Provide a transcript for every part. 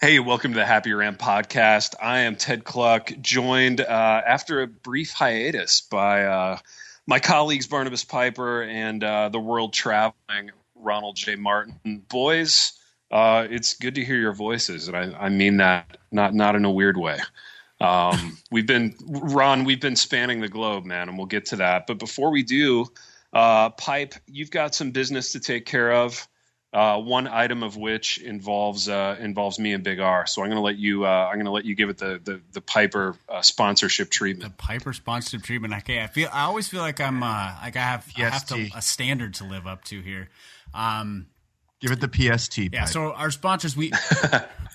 Hey, welcome to the Happy Ramp podcast. I am Ted Cluck, joined uh, after a brief hiatus by uh, my colleagues Barnabas Piper and uh, the world traveling Ronald J. Martin. Boys, uh, it's good to hear your voices, and I, I mean that not not in a weird way. Um, we've been Ron, we've been spanning the globe, man, and we'll get to that. But before we do, uh, Pipe, you've got some business to take care of. Uh, one item of which involves uh, involves me and Big R. So I'm going to let you uh, I'm going to let you give it the the, the Piper uh, sponsorship The treatment. Piper sponsored treatment. Okay, I feel I always feel like I'm uh, like I have, I have to, PST. a standard to live up to here. Um, Give it the PST. yeah. Pipe. So our sponsors, we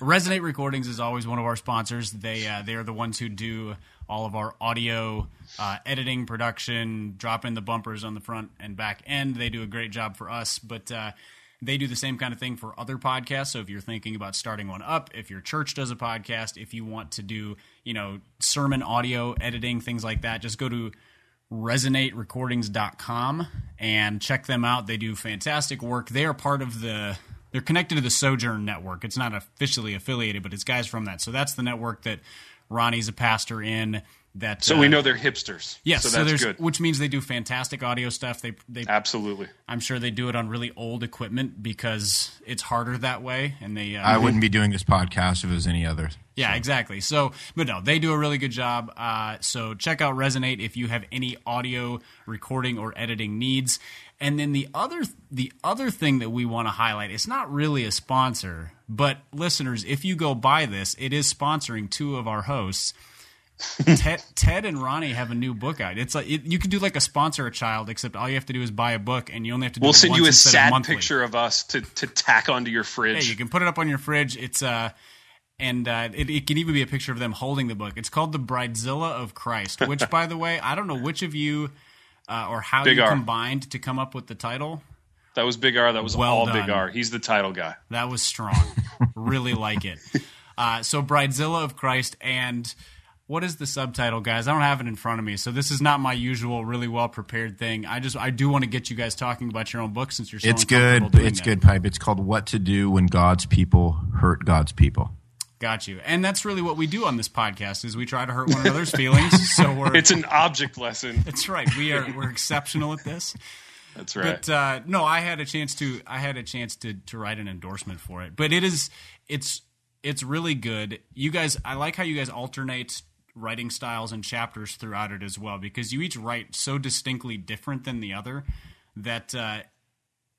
Resonate Recordings is always one of our sponsors. They uh, they are the ones who do all of our audio uh, editing, production, drop in the bumpers on the front and back end. They do a great job for us, but. Uh, they do the same kind of thing for other podcasts. So if you're thinking about starting one up, if your church does a podcast, if you want to do, you know, sermon audio editing, things like that, just go to resonaterecordings.com and check them out. They do fantastic work. They are part of the they're connected to the Sojourn network. It's not officially affiliated, but it's guys from that. So that's the network that Ronnie's a pastor in that So we know they're hipsters. Uh, Yes, so so, that's there's good. which means they do fantastic audio stuff. They they Absolutely. I'm sure they do it on really old equipment because it's harder that way and they uh, I wouldn't be doing this podcast if it was any other. Yeah, exactly. So, but no, they do a really good job. Uh, so check out Resonate if you have any audio recording or editing needs. And then the other the other thing that we want to highlight, it's not really a sponsor, but listeners, if you go buy this, it is sponsoring two of our hosts. Ted, Ted and Ronnie have a new book out. It's like it, you can do like a sponsor a child, except all you have to do is buy a book, and you only have to. Do We'll it send once you a instead of sad monthly. picture of us to, to tack onto your Yeah, fridge. you can put it up on your fridge. It's uh and uh, it, it can even be a picture of them holding the book. It's called the Bridezilla of Christ, which, by the way, I don't know which of you uh, or how Big you R. combined to come up with the title. that was Big R. That was Well all done. Big R. He's the title guy. That was strong. really like it. Uh, so, Bridezilla of Christ, and what is the subtitle, guys? I don't have it in front of me, so this is not my usual, really well prepared thing. I just I do want to get you guys talking about your own book since you're so It's uncomfortable good. doing It's that. good, Pipe. It's called What to Do When God's People Hurt God's People. Got you. And that's really what we do on this podcast is we try to hurt one another's feelings. so we're It's an object lesson. That's right. We are we're exceptional at this. That's right. But uh, no, I had a chance to I had a chance to to write an endorsement for it. But it is it's it's really good. You guys, I like how you guys alternate writing styles and chapters throughout it as well because you each write so distinctly different than the other that uh,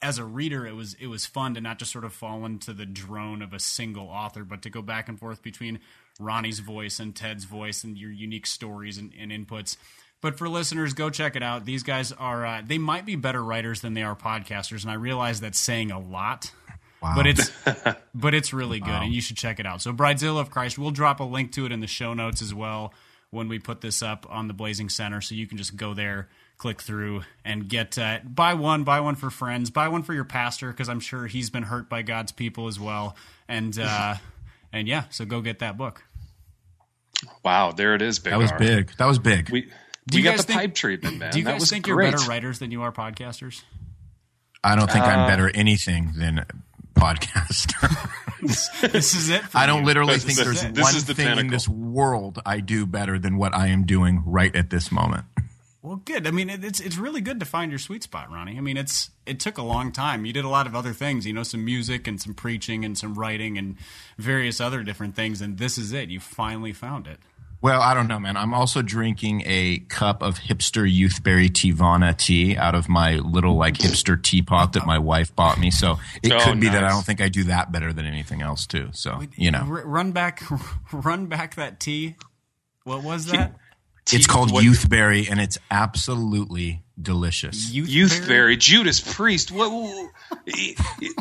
as a reader it was it was fun to not just sort of fall into the drone of a single author but to go back and forth between ronnie's voice and ted's voice and your unique stories and, and inputs but for listeners go check it out these guys are uh, they might be better writers than they are podcasters and i realize that's saying a lot Wow. but it's but it's really good and you should check it out so bridezilla of christ we'll drop a link to it in the show notes as well when we put this up on the blazing center so you can just go there click through and get uh, buy one buy one for friends buy one for your pastor because i'm sure he's been hurt by god's people as well and uh and yeah so go get that book wow, there it is, Big that was R. big. That was big. We, Do we you got guys the think- pipe treatment, man. do you that guys was think great. you're better writers than you are podcasters I don't think I'm better at anything than a podcaster. this is it for I don't you. literally This think is- there's this one is the thing in pinnacle. this world I do better than what I am doing right at this moment. Well, good. I mean, it- it's it's really good to find your sweet spot, Ronnie. I mean, it's it took a long time. You did a lot of other things, you know, some music and some preaching and some writing and various other different things, and this is it. You finally found it. Well, I don't know, man. I'm also drinking a cup of hipster youthberry Tivana tea out of my little like hipster teapot that my wife bought me. So it Oh, could be that I nice. don't think I do that better than anything else too. So you know, R- run back, run back that tea. What was that? it's called What- youthberry and it's absolutely delicious. Youth, Youth berry? Berry, Judas Priest. What what-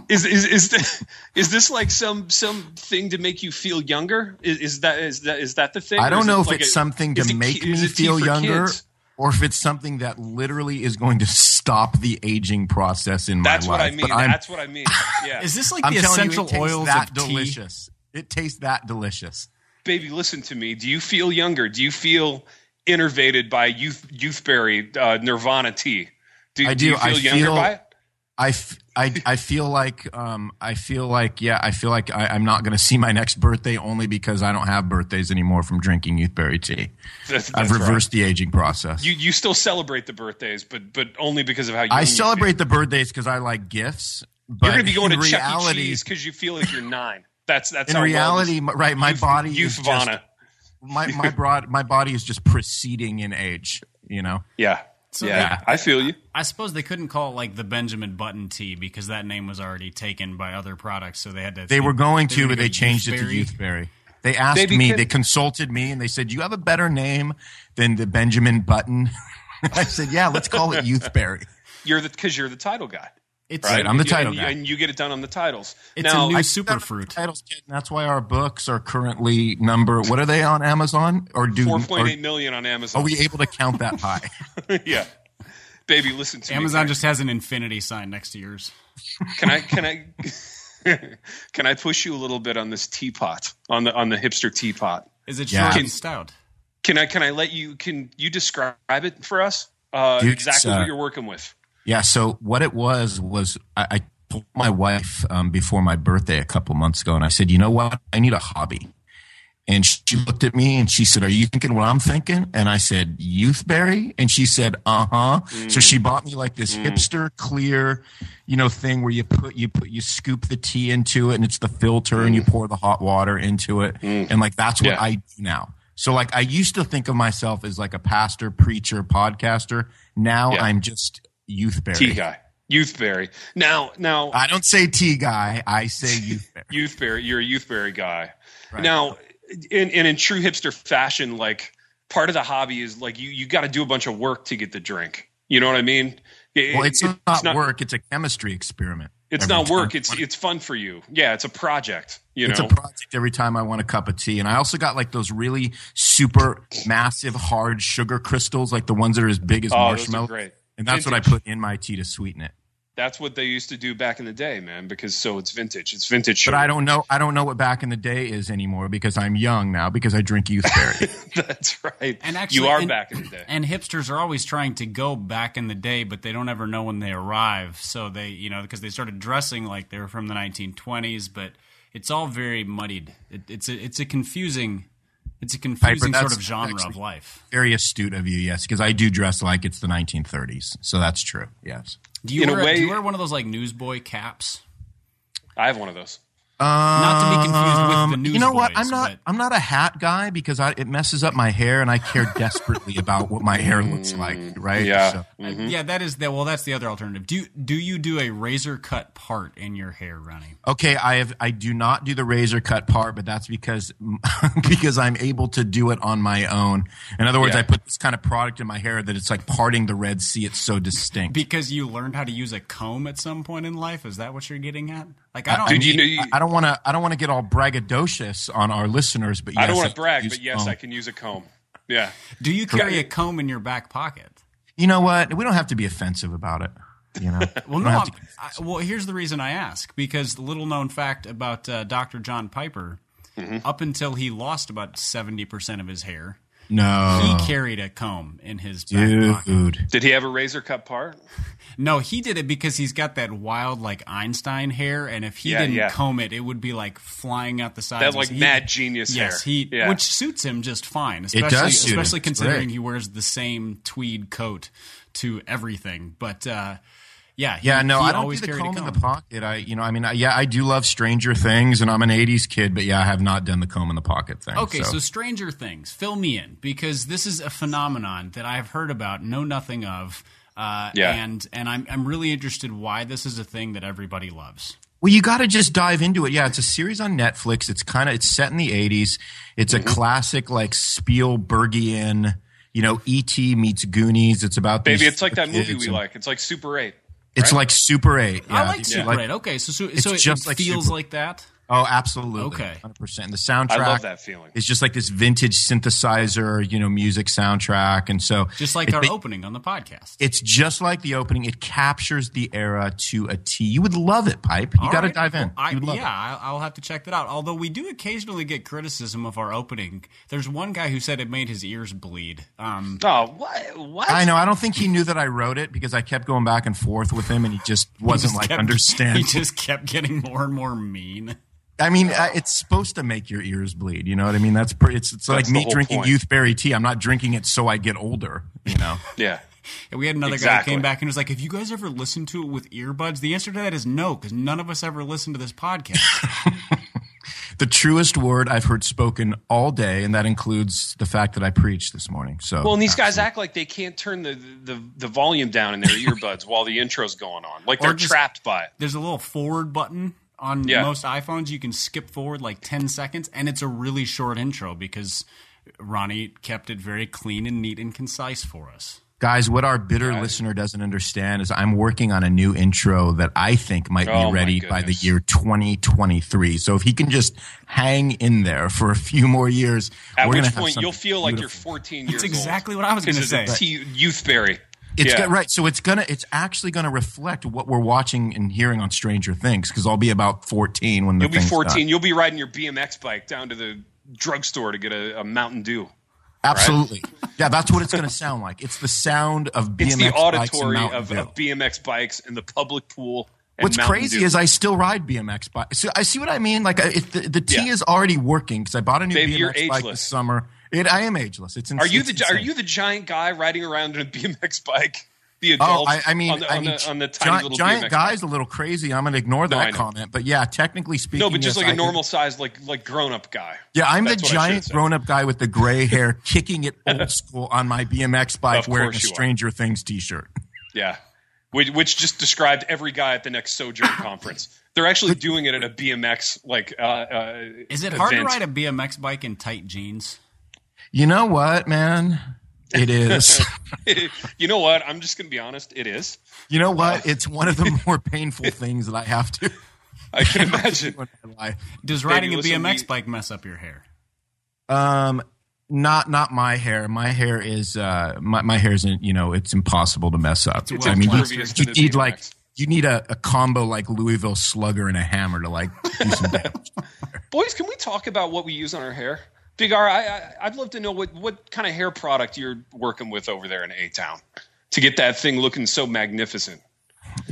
is is is this, is this like some some thing to make you feel younger? Is, is that is that is that the thing? I Or is don't it know if like it's a- something is to it make ki- is me it tea feel for younger. kids? Or if it's something that literally is going to stop the aging process in my That's life. what I mean. But I'm, That's what I mean. Yeah. Is this like I'm the telling you, essential it tastes oils that of tea? delicious. It tastes that delicious. baby, listen to me. Do you feel younger? Do you feel innervated by youth youthberry uh, Nirvana tea? Do, I do you do. I feel younger feel- by it? I, f- I, I feel like um, I feel like yeah I feel like I, I'm not going to see my next birthday only because I don't have birthdays anymore from drinking youthberry tea. That's- I've that's right. reversed the aging process. You you still celebrate the birthdays, but but only because of how you. I celebrate the birthdays because I like gifts. But You're going to be going to in Chuck E. reality, Cheese because you feel like you're nine. That's that's in how well this- reality, my- right? My body is youth just- Vana. my my broad my body is just proceeding in age. You know, Yeah. So yeah, that- I feel you. I suppose they couldn't call it like the Benjamin Button tea because that name was already taken by other products, so they had to. they were going to, but gonna they go changed it to Youthberry. Youthberry. They asked They me. became- They consulted me, and they said, "You have a better name than the Benjamin Button." I said, "Yeah, let's call it Youthberry." You're the because you're the title guy, It's right? Right, I'm the You- title and, guy. and you get it done on the titles. it's now, a new I- superfruit. Titles, kid. and That's why our books are currently number. What are they on Amazon? Or Oh, do four point eight or- million on Amazon. Are we able to count that high? yeah, baby, listen to Amazon me. just has an infinity sign next to yours. Can I can I can I push you a little bit on this teapot on the on the hipster teapot? Is it Yeah. short and stout? Can I can I let you can you describe it for us? Uh, Dude, it's, exactly uh, what you're working with. Yeah. So what it was was I, I told my wife um, before my birthday a couple months ago, and I said, you know what? I need a hobby. And she looked at me and she said, "Are you thinking what I'm thinking?" And I said, "Youthberry." And she said, "Uh huh." So she bought me like Mm. this hipster clear, you know, thing where you put you put you scoop the tea into it, and it's the filter, and you pour the hot water into it, and like that's what Mm. Yeah. I do now. So like I used to think of myself as like a pastor, preacher, podcaster. Now Yeah. I'm just youthberry. Tea guy, youthberry. Now now I don't say tea guy. I say youthberry. youthberry. You're a youthberry guy. Right. Now, in, and in true hipster fashion, like part of the hobby is like you you got to do a bunch of work to get the drink. You know what I mean? It- well, it's, it- not work. It's a chemistry experiment. It's Every not time work. I It's wanna- it's fun for you. Yeah, it's a project. You it's know. a project every time I want a cup of tea. And I also got like those really super massive hard sugar crystals, like the ones that are as big as Oh, those are marshmallows. great. And that's what I put in my tea to sweeten it. That's what they used to do back in the day, man. Because so it's vintage. It's vintage. But I don't know. I don't know what back in the day is anymore because I'm young now because I drink youthberry. That's right. And actually, you are and- back in the day. And hipsters are always trying to go back in the day, but they don't ever know when they arrive. So they, you know, because they started dressing like they were from the 1920s, but it's all very muddied. It, it's a, it's a confusing, it's a confusing sort that's of genre of actually- life. Very astute of you, yes, because I do dress like it's the 1930s. So that's true. Yes. Do you, In a wear, do you way- wear one of those like newsboy caps? I have one of those. Not to be confused with Um, the newsboys. you know what? I'm not. but- I'm not a hat guy because I, it messes up my hair, and I care desperately about what my hair looks like. Right? Yeah. So- Yeah, that is the well. That's the other alternative. Do do you do a razor cut part in your hair, Ronnie? okay. I have. I do not do the razor cut part, but that's because because I'm able to do it on my own. In other words, Yeah. I put this kind of product in my hair that it's like parting the Red Sea. It's so distinct. Because you learned how to use a comb at some point in life. Is that what you're getting at? Like I don't. Dude, you need- know, you, I- I don't want to. I don't want to get all braggadocious on our listeners, but yes, I don't want do to brag, use but yes, foam. I can use a comb. Yeah. do you carry a comb in your back pocket? You know what? We don't have to be offensive about it. You know. Well, We no. don't have I'm- to- I, well, here's the reason I ask because the little known fact about uh, Dr. John Piper, Mm-hmm. up until he lost about seventy percent of his hair, no. he carried a comb in his back pocket. Dude. Did he have a razor cut part? No, he did it because he's got that wild like Einstein hair, and if he Yeah, didn't yeah. comb it, it would be like flying out the sides. That like He- mad genius hair. Yes, he Yeah. which suits him just fine. does Especially, suit him. especially It's considering great. he wears the same tweed coat to everything. But uh, yeah, he, Yeah, no, he I don't always do the carried comb, a in comb. the pocket. I, you know, I mean, I, yeah, I do love Stranger Things, and I'm an '80s kid, but yeah, I have not done the comb in the pocket thing. Okay, so. so, Stranger Things, fill me in because this is a phenomenon that I've heard about, know nothing of, uh, Yeah. and and I'm I'm really interested why this is a thing that everybody loves. well, you got to just dive into it. Yeah, it's a series on Netflix. It's kind of it's set in the '80s. It's Mm-hmm. a classic like Spielbergian, you know, ET meets Goonies. It's about Baby, these it's like that kids movie we and- like. It's like Super 8. It's like Super Eight. Yeah, I like it's Super like- 8. Okay, so so, so it, just it like feels Super- like that. Oh, absolutely. Okay. 100%. And the soundtrack I love that feeling. is just like this vintage synthesizer, you know, music soundtrack. And so Just like it- our it- opening on the podcast. it's just like the opening. It captures the era to a T. You would love it, Pipe. You All got to right. dive in. Well, I, you would love yeah, it. I- I'll have to check that out. Although we do occasionally get criticism of our opening. There's one guy who said it made his ears bleed. Um, Oh, what? what? I know. I don't think he knew that I wrote it because I kept going back and forth with him, and he just wasn't just like kept- understand. He just kept getting more and more mean. I mean, uh, it's supposed to make your ears bleed. You know what I mean? That's pretty. It's, it's like the me whole drinking point. youthberry tea. I'm not drinking it so I get older. You know? Yeah. And we had another guy who Exactly. came back and was like, "Have you guys ever listened to it with earbuds?" The answer to that is no, because none of us ever listened to this podcast. the truest word I've heard spoken all day, and that includes the fact that I preached this morning. So, Well, and these guys act like they can't turn the, the, the volume down in their earbuds while the intro's going on. Like Or they're just- trapped by it. There's a little forward button on Yeah. most iPhones. You can skip forward like ten seconds, and it's a really short intro because Ronnie kept it very clean and neat and concise for us. guys, what our bitter listener doesn't understand is I'm working on a new intro that I think might Oh, be my ready by the goodness. year 2023. So, if he can just hang in there for a few more years, At we're which gonna have point something you'll feel like you're beautiful. 14 years That's exactly what I was old. going to This is say. a T- youthberry. It's Yeah. go- right. So it's gonna. It's actually gonna reflect what we're watching and hearing on Stranger Things because I'll be about fourteen when the You'll be thing's done. 14. You'll be riding your BMX bike down to the drugstore to get a, a Mountain Dew. Absolutely. Yeah, that's what it's gonna sound like. It's the sound of BMX It's the bikes and auditory Mountain of, Dew. of BMX bikes and the public pool. And What's Mountain crazy Dew. is I still ride BMX bikes. So I see what I mean. Like I- if the, the T Yeah. is already working because I bought a new Babe, you're BMX bike this ageless. summer. It, I am ageless. It's ins- Are you it's the are insane. you the giant guy riding around on a BMX bike? The Oh, adult. I, I mean, on the, I on mean, the, on the tiny giant, little giant BMX guy's a little crazy. I'm gonna ignore I that know. comment. But yeah, technically speaking, No, but just yes, like a I- normal size, like like grown up guy. Yeah, I'm That's what the I should giant say. grown up guy with the gray hair kicking it old school on my BMX bike Of wearing a course you are. Stranger Things t shirt. Yeah, which, which just described every guy at the next Sojourn conference. They're actually doing it at a BMX like. Uh, uh, Is it hard event. to ride a BMX bike in tight jeans? You know what, man? It is. you know what? I'm just gonna be honest. It is. you know what? It's one of the more painful things that I have to do I can imagine. in my life. Does riding a listen, BMX we- bike mess up your hair? Um, not not my hair. My hair is uh my, my hair isn't you know it's impossible to mess up. It's I mean you, impervious to you the need like BMX. you need a, a combo like Louisville Slugger and a hammer to like do some damage. Boys, can we talk about what we use on our hair? Big R, I, I, I'd love to know what, what kind of hair product you're working with over there in A Town to get that thing looking so magnificent.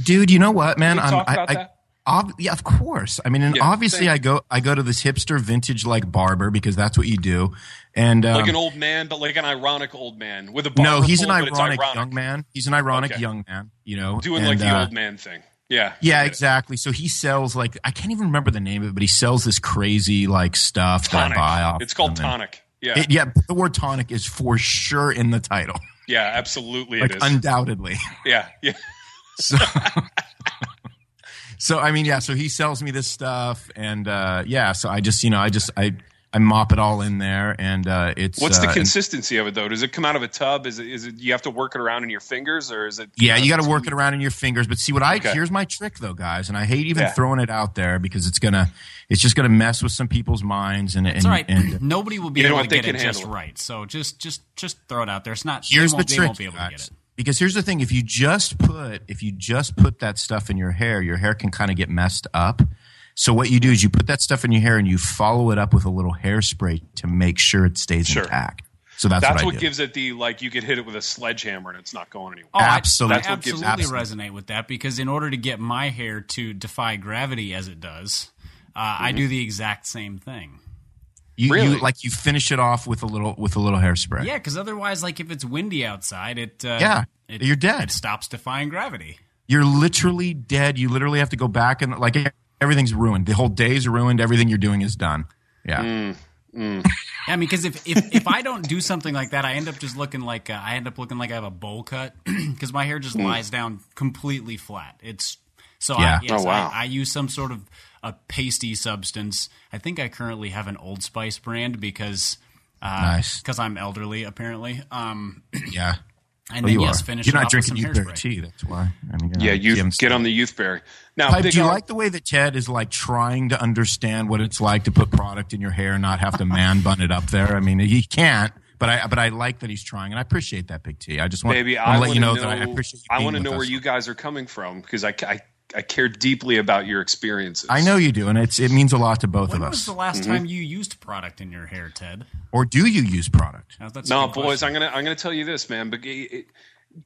dude you know what man we I'm, talk I, about I, that? ob- yeah of course i mean and Yeah, obviously thanks. i go i go to this hipster vintage like barber because that's what you do and um, Like an old man, but like an ironic old man with a no barber he's an pole, but it's ironic, young man he's an ironic Okay. young man you know Doing and, like the uh, old man thing. Yeah. yeah I get it. exactly so he sells like i can't even remember the name of it but he sells this crazy like stuff that i buy off Tonic. It's called him, and- tonic. Yeah. it, yeah the word tonic is for sure in the title yeah, absolutely like it is. undoubtedly yeah. Yeah. So, so I mean, yeah. So he sells me this stuff, and uh, yeah. So I just, you know, I just I I mop it all in there, and uh, it's What's uh, the and- consistency of it though? Does it come out of a tub? Is it is it you have to work it around in your fingers or is it yeah, you got to work it around in your fingers. But see, what I Okay. here's my trick though, guys, and I hate even Yeah. throwing it out there because it's gonna, it's just gonna mess with some peoplene's minds. And, and It's all right. and Nobody will be You know able to what? They get it can just handle it. right. So just just just throw it out there. It's not. here's they the won't, trick, They won't be able to get guys. it. Because here's the thing: if you just put if you just put that stuff in your hair, your hair can kind of get messed up. So what you do is you put that stuff in your hair and you follow it up with a little hairspray to make sure it stays Sure. intact. So that's, That's what, what I do. gives it the like you could hit it with a sledgehammer and it's not going anywhere. Oh, I- Absolutely. I, That's what gives- absolutely resonate with that because in order to get my hair to defy gravity as it does, uh, Mhm. I do the exact same thing. you, Really? you like you finish it off with a little with a little hairspray. Yeah, because otherwise, like if it's windy outside, it uh, Yeah, it, you're dead. It stops defying gravity. You're literally dead. You literally have to go back and like everything's ruined. The whole day's ruined. Everything you're doing is done. Yeah. Mm. I mean, because if, if if I don't do something like that, I end up just looking like uh, I end up looking like I have a bowl cut because my hair just Hmm. lies down completely flat. It's so Yeah. I, yes, Oh, wow. I, I use some sort of a pasty substance. I think I currently have an Old Spice brand because Nice. because I'm elderly apparently. Um, Yeah. And Oh, then, you yes, are. finish You're it not off drinking with some youth berry hairspray. tea. That's why. I mean, Yeah, uh, you Jim's- get on the youth berry. Now, Pipe, Big do you O- like the way that Ted is like trying to understand what it's like to put product in your hair and not have to man bun it up there? I mean, he can't, but I but I like that he's trying, and I appreciate that, Big T. I just want, baby, want to I let want you to know, know, that I appreciate. You I being want to with know us. where you guys are coming from because I, I, I care deeply about your experiences. I know you do, and it's it means a lot to both When of was us. the last Mm-hmm. time you used product in your hair, Ted? or do you use product? Now, that's a No, good boys, question. I'm gonna I'm gonna tell you this, man. But it- it-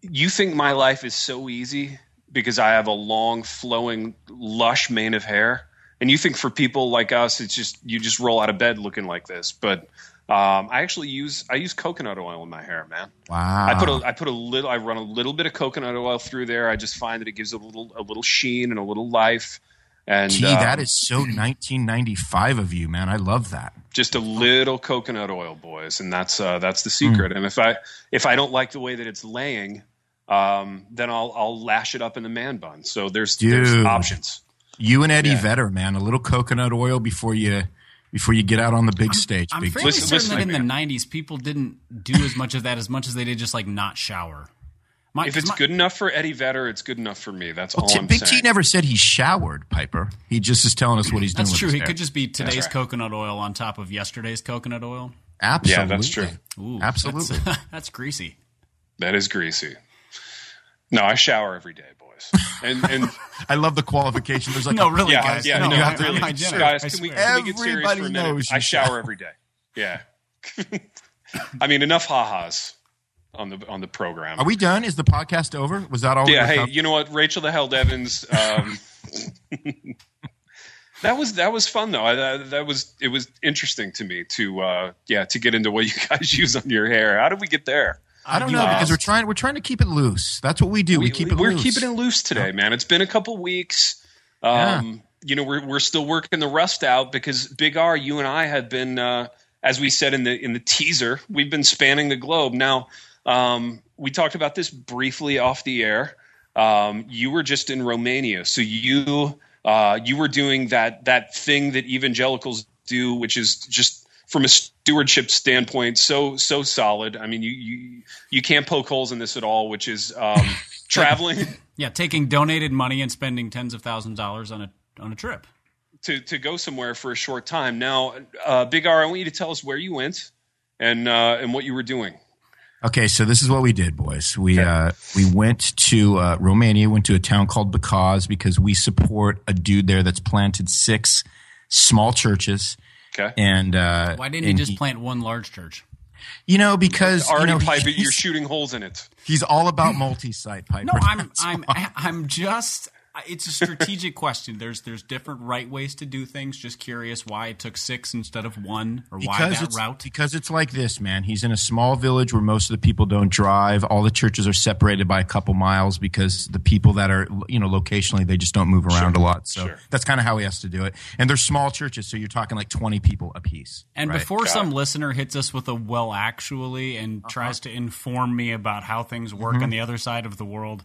you think my life is so easy because I have a long, flowing, lush mane of hair, and you think for people like us, it's just you just roll out of bed looking like this. But um, I actually use I use coconut oil in my hair, man. Wow, I put a I put a little I run a little bit of coconut oil through there. I just find that it gives a little a little sheen and a little life. And Gee, um, that is so 1995 of you, man. I love that. just a little coconut oil, boys, and that's uh, that's the secret. Hmm. And if I if I don't like the way that it's laying, um, then I'll I'll lash it up in the man bun. So there's there's Dude. options. You and Eddie Yeah. Vedder, man. A little coconut oil before you before you get out on the big stage. I'm big fairly Listen- certain listen, that in the man. '90s, people didn't do as much of that as much as they did just like not shower. My, If it's my- good enough for Eddie Vedder, it's good enough for me. That's all T- Oh, I'm Big saying. T never said he showered Piper. He just is telling us what he's doing. that's with true. his It hair. could just be today's right. coconut oil on top of yesterday's coconut oil. absolutely. Yeah, that's true. Ooh, Absolutely. That's, that's greasy. that is greasy. No, I shower every day, boys. And and I love the qualification. There's like No, a- really, yeah, guys. yeah, no, no, you I'm, have to- I'm really- hygienic, guys, I can we, swear. can we get serious for a Everybody minute? knows you I shower every day. Yeah. I mean, enough ha-has on the on the program. Are we done? Is the podcast over? Was that all? we yeah were hey talking- you know what rachel the hell devins um, that was that was fun though I, that, that was it was interesting to me to uh, yeah to get into what you guys use on your hair how did we get there I don't know Uh, because we're trying. We're trying to keep it loose. That's what we do. We, keep it. we're loose. keeping it loose today man it's been a couple weeks um, you know we're, we're still working the rust out because big r you and i have been uh, as we said in the in the teaser we've been spanning the globe now um, we talked about this briefly off the air um, you were just in romania so you uh, you were doing that that thing that evangelicals do which is just from a stewardship standpoint, so so solid. I mean, you you, you can't poke holes in this at all, which is um, traveling Yeah, taking donated money and spending tens of thousands of dollars on a on a trip. to, to go somewhere for a short time. Now, uh, Big R, I want you to tell us where you went and uh, and what you were doing. Okay, so this is what we did, boys. We uh, we went to uh, Romania, went to a town called Bacaz because we support a dude there that's planted six small churches. Okay, And uh, Why didn't you and just plant one large church? You know, because you already know, pipe it. he's, You're shooting holes in it. he's all about multi-site Piper. No, I'm I'm I'm just. It's a strategic question. There's there's different right ways to do things. Just curious why it took six instead of one, or why because that it's, route. Because it's like this, man. He's in a small village where most of the people don't drive. All the churches are separated by a couple miles because the people that are, you know, locationally, they just don't move around a lot. So sure. that's kind of how he has to do it. And they're small churches, so you're talking like 20 people apiece. And right? before some listener hits us with a well, actually, and Uh-huh. tries to inform me about how things work Mm-hmm. on the other side of the world,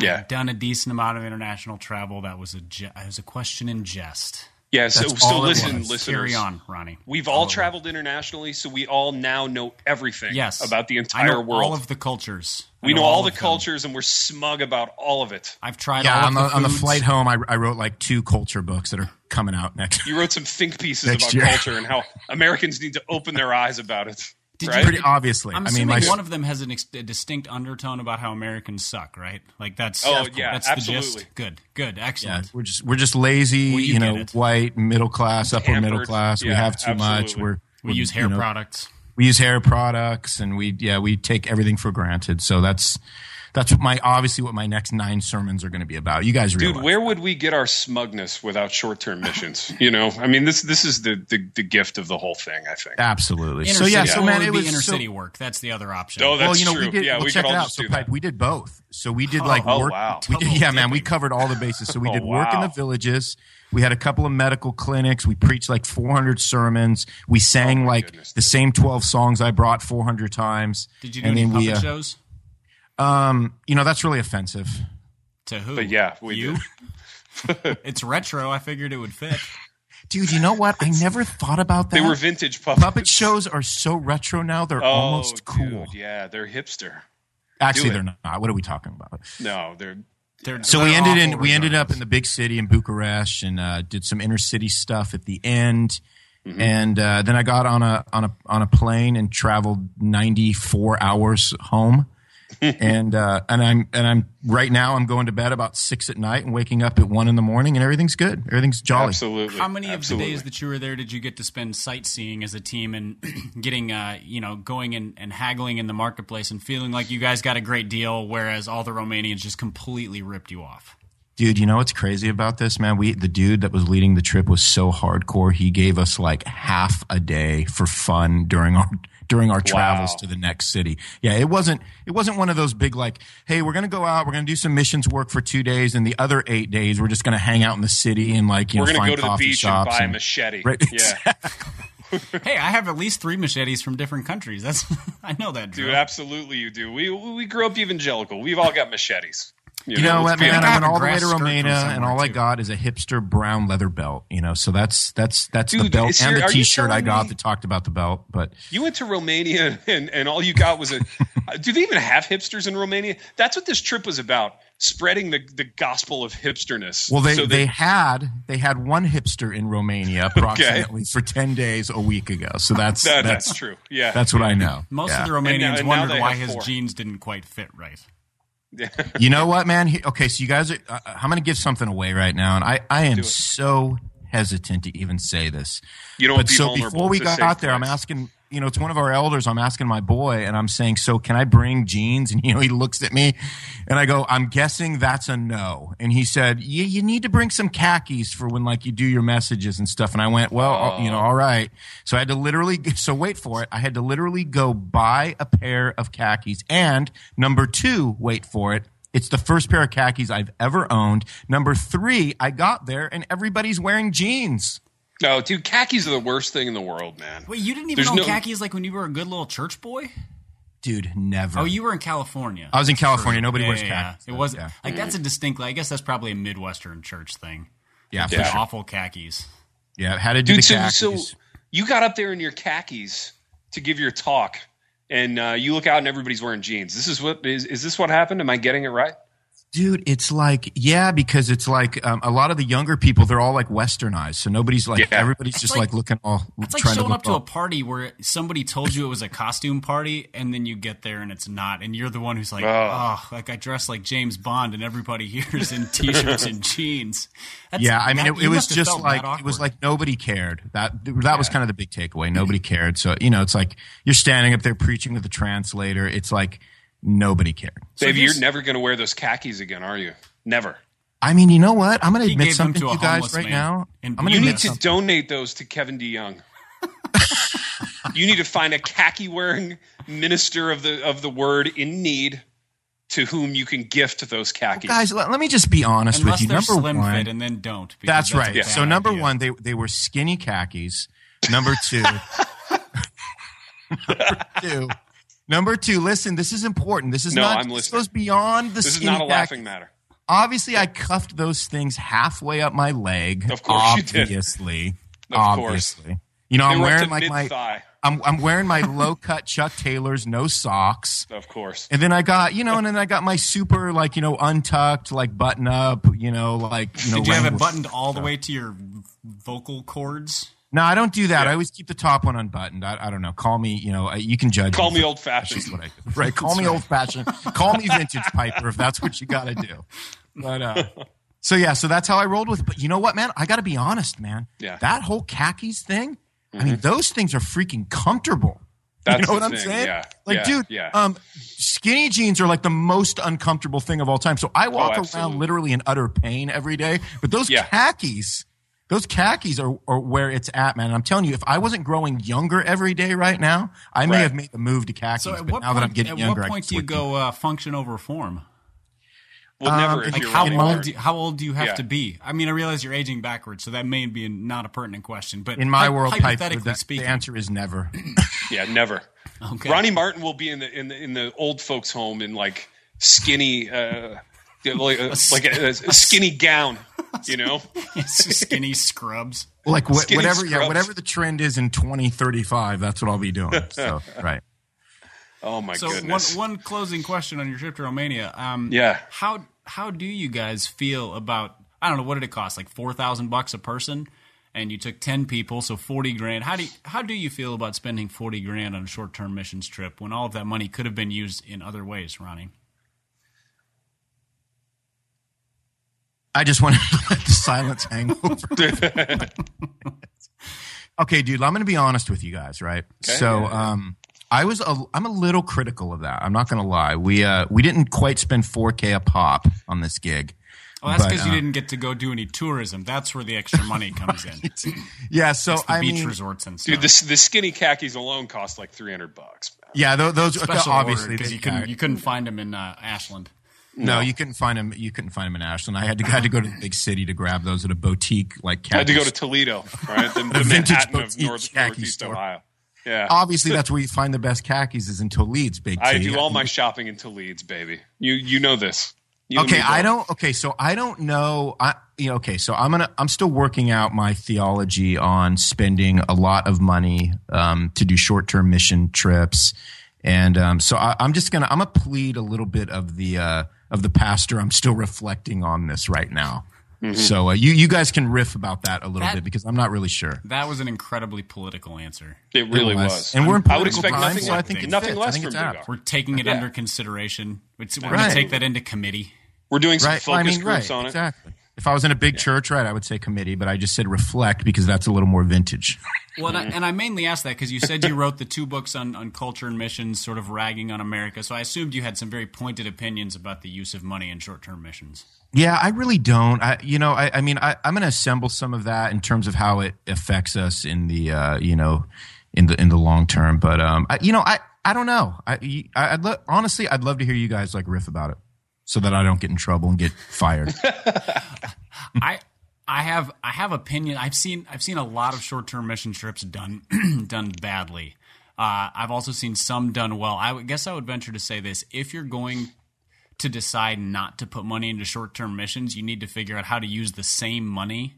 Yeah, I've done a decent amount of international travel. That was a je- it was a question in jest. yeah. So That's so all it listen, was. listeners. Carry on, Ronnie. We've all traveled internationally, so we all now know everything Yes, about the I know entire world. all of the cultures. I we know all, the of them. cultures, and we're smug about all of it. I've tried. yeah, all on of the, on the foods. flight home, I, I wrote like two culture books that are coming out next. You wrote some think pieces Next about year. culture and how Americans need to open their eyes about it. Did you- right? Pretty obviously. I'm I assuming mean, like, one of them has an ex- a distinct undertone about how Americans suck, right? Like that's Oh, yeah, that's the absolutely. gist. Good, good, Yeah, excellent. we're just we're just lazy, Well, you you get know, it. white, middle class, upper middle Pampered. class. we Yeah, have too much. absolutely. We're We we're, use hair you know, products. we use hair products and we yeah we take everything for granted so that's that's what my obviously what my next nine sermons are going to be about you guys realize Dude, where would we get our smugness without short-term missions? you know, I mean, this this is the, the the gift of the whole thing. I think. absolutely Inner so yeah city- so well, man would it be was inner so, city work. That's the other option. Oh, that- well That's you know we true. did Yeah, well, we check could all it out just so do that. Pipe, we did both so we did like Oh, work wow. we did, Double yeah man we dipping. covered all the bases so we Oh, did work in wow. the villages we had a couple of medical clinics we preached like 400 sermons we sang like Oh, goodness, the same 12 songs i brought 400 times Did you do and any then puppet we uh, shows? um you know that's really offensive To who? But yeah, we you. did. it's retro. I figured it would fit. dude you know what i never thought about that They were vintage puppets. puppet shows are so retro now they're Oh, almost cool dude, yeah, they're hipster. Actually, they're not. What are we talking about? No, they're They're- So we they're ended awful in we ended regardless. up in the big city in Bucharest and uh, did some inner city stuff at the end, Mm-hmm. and uh, then I got on a on a on a plane and traveled ninety four hours home, and uh, and I'm and I'm right now I'm going to bed about six at night and waking up at one in the morning and everything's good everything's jolly. absolutely. How many absolutely. of the days that you were there did you get to spend sightseeing as a team and getting, uh, you know, going and, and haggling in the marketplace and feeling like you guys got a great deal, whereas all the Romanians just completely ripped you off? Dude, you know what's crazy about this, man? We the dude that was leading the trip was so hardcore. He gave us like half a day for fun during our during our travels to the next city. Yeah, it wasn't it wasn't one of those big like, hey, we're gonna go out, we're gonna do some missions work for two days, and the other eight days we're just gonna hang out in the city and like you We're know gonna find go to the coffee beach and shops buy a machete. Right. Yeah, hey, I have at least three machetes from different countries. That's I know that. dude, Drew. absolutely, you do. We we grew up evangelical. We've all got machetes. you know what, let's be man? I I honest. have went a all the way grass to skirt from Romania, and somewhere, all I too. got is a hipster brown leather belt. You know, so that's that's that's the Dude, belt is and your- the are you T-shirt I telling got me- that talked about the belt. But You went to Romania, and and all you got was a. do they even have hipsters in Romania? That's what this trip was about: spreading the the gospel of hipsterness. Well, they, So they had they had one hipster in Romania approximately for ten days a week ago. So that's that- that's that's true. Yeah, that's what I know. Most Yeah. of the And now- Romanians and now wondered they why have his four. jeans didn't quite fit right. you know what, man? He- Okay, so you guys, are, uh, I'm going to give something away right now, and I I am so hesitant to even say this. you don't But be so vulnerable. before we It's a got safe out there, I'm place. asking. You know, it's one of our elders. I'm asking my boy, and I'm saying, "So, can I bring jeans?" And you know, he looks at me, and I go, "I'm guessing that's a no." And he said, "Yeah, you need to bring some khakis for when like you do your messages and stuff." And I went, "Well, uh, you Oh. know, all right." So I had to literally. So wait for it. I had to literally go buy a pair of khakis, and number two, wait for it. It's the first pair of khakis I've ever owned. Number three, I got there, and everybody's wearing jeans. No, dude, khakis are the worst thing in the world, man. Wait, you didn't even There's own no- khakis like when you were a good little church boy? Dude, never. Oh, you were in California. I was in California. Nobody Yeah, wears yeah, khakis. yeah. It wasn't Yeah, like that's a distinctly. I guess that's probably a Midwestern church thing. yeah, for Those sure. Awful khakis. yeah. How to do Dude, the so, khakis? so you got up there in your khakis to give your talk, and uh, you look out and everybody's wearing jeans. This is what is is this what happened? Am I getting it right? Dude, it's like yeah, because it's like um, a lot of the younger people. They're all like westernized, so nobody's like Yeah. everybody's just like, like- looking all. It's like trying showing to up to a look party where somebody told you it was a costume party, and then you get there and it's not, and you're the one who's like, Oh. "Oh, like I dressed like James Bond," and everybody here is in t-shirts and jeans. That's- Yeah, I that- mean, it, it you was must have just felt like that it was awkward. like nobody cared. That that was kind of the big takeaway. Nobody cared. So you know, it's like you're standing up there preaching with the translator. It's like nobody cared. Dave, here's- you're never going to wear those khakis again, are you? Never. I mean, you know what? I'm going to He admit gave them something to to, a you guys homeless right man now. in I'm gonna Bucharest. You admit need to donate those to Kevin DeYoung. you need to find a khaki wearing minister of the of the word in need to whom you can gift those khakis. guys, let, let me just be honest unless with you. they're Number slim one, fit, and then don't. because That's, a right. bad So number idea. one, they they were skinny khakis. Number two, number two, number two. Listen, this is important. This is No, not. I'm this listening. goes beyond the this is skinny not a khaki. laughing matter. Obviously, I cuffed those things halfway up my leg. Of course you did. obviously, Of course. obviously. You know, They I'm were up to wearing like my mid-thigh, I'm I'm wearing my low cut Chuck Taylors, no socks. of course. And then I got, you know, and then I got my super, like, you know, untucked, like button up, you know, like, you know, Did you have it Wrangler- buttoned all the way to your vocal cords? No, I don't do that. I always keep the top one unbuttoned. I, I don't know. Call me, you know, I, you can judge. Call for me old That's fashioned. what I do. Right. Call me old fashioned. Call me vintage Piper if that's what you got to do. But, uh, so yeah, so that's how I rolled with it. But you know what, man? I got to be honest, man. Yeah. Mm-hmm. That whole khakis thing, I mean, those things are freaking comfortable. That's you the know what I'm thing, saying? yeah, Like, yeah, dude, yeah. um, skinny jeans are like the most uncomfortable thing of all time. So I walk Oh, absolutely. around literally in utter pain every day. But those Yeah. khakis, those khakis are, are where it's at, man. And I'm telling you, if I wasn't growing younger every day right now, I may Right. have made the move to khakis. So at but what now point, that I'm getting at younger, what I point can do you switch it. go uh, function over form? Well, never. Um, if like you're How getting old? older. Do, how old do you have Yeah. to be? I mean, I realize you're aging backwards, so that may be not a pertinent question. But in my hy- world, Piper, hypothetically that- the speaking, answer is never. Yeah, never. Okay. Ronnie Martin will be in the in the in the old folks' home in like skinny, uh, yeah, like a, like a, a skinny gown, you know. skinny scrubs. like wha- Skinny whatever, yeah, scrubs. whatever the trend is in 2035, that's what I'll be doing. So right. Oh my so goodness. one one closing question on your trip to Romania. Um, Yeah. How how do you guys feel about? I don't know what did it cost, like four thousand bucks a person, and you took ten people, so forty grand. How do you, how do you feel about spending forty grand on a short term missions trip when all of that money could have been used in other ways, Ronnie? I just want to let the silence hang over. okay, dude, I'm going to be honest with you guys, right? Okay. So, um, I was a, I'm a little critical of that. I'm not going to lie. We uh, we didn't quite spend 4K a pop on this gig. Well, that's But, because you uh, didn't get to go do any tourism. That's where the extra money comes in. It's the Yeah, so I beach mean, resorts and stuff. Dude, this the skinny khakis alone cost like three hundred bucks. man. yeah, tho- those Special obviously because they- you couldn't you couldn't find them in uh, Ashland. No, you couldn't find him. You couldn't find him in Ashland. I had to I had to go to the big city to grab those at a boutique like. I had to go cactus. to Toledo, right? The, the vintage Manhattan of boutique North, khaki Northeast store. Ohio. Yeah, Obviously, that's where you find the best khakis is in Toledo's big. I T. do all my shopping in Toledo's, baby. You you know this. You and Okay, me I both. don't. Okay, so I don't know. I you know, okay, so I'm gonna. I'm still working out my theology on spending a lot of money um, to do short term mission trips, and um, so I, I'm just gonna. I'm gonna plead a little bit of the uh, of the pastor. I'm still reflecting on this right now. Mm-hmm. So uh, you you guys can riff about that a little That- bit because I'm not really sure. That was an incredibly political answer. It really was. and we're in I would political expect times, nothing. so I think it nothing fits. I less think from it's Big apt. R. We're taking it Yeah. under consideration. It's, we're going Right. to take that into committee. We're doing some Right. focus Well, I mean, groups right. on it. Exactly. If I was in a big church, right, I would say committee, but I just said reflect because that's a little more vintage. Well, and, I, Mm-hmm. and I mainly asked that because you said you wrote the two books on, on culture and missions, sort of ragging on America. So I assumed you had some very pointed opinions about the use of money in short term missions. Yeah, I really don't. I, you know, I, I mean, I, I'm going to assemble some of that in terms of how it affects us in the, uh, you know, in the in the long term. But um, I, you know, I, I don't know. I, I I'd lo- honestly, I'd love to hear you guys like riff about it, so that I don't get in trouble and get fired. I I have I have opinion. I've seen I've seen a lot of short term mission trips done done badly. Uh, I've also seen some done well. I would, guess I would venture to say this: if you're going to decide not to put money into short term missions, you need to figure out how to use the same money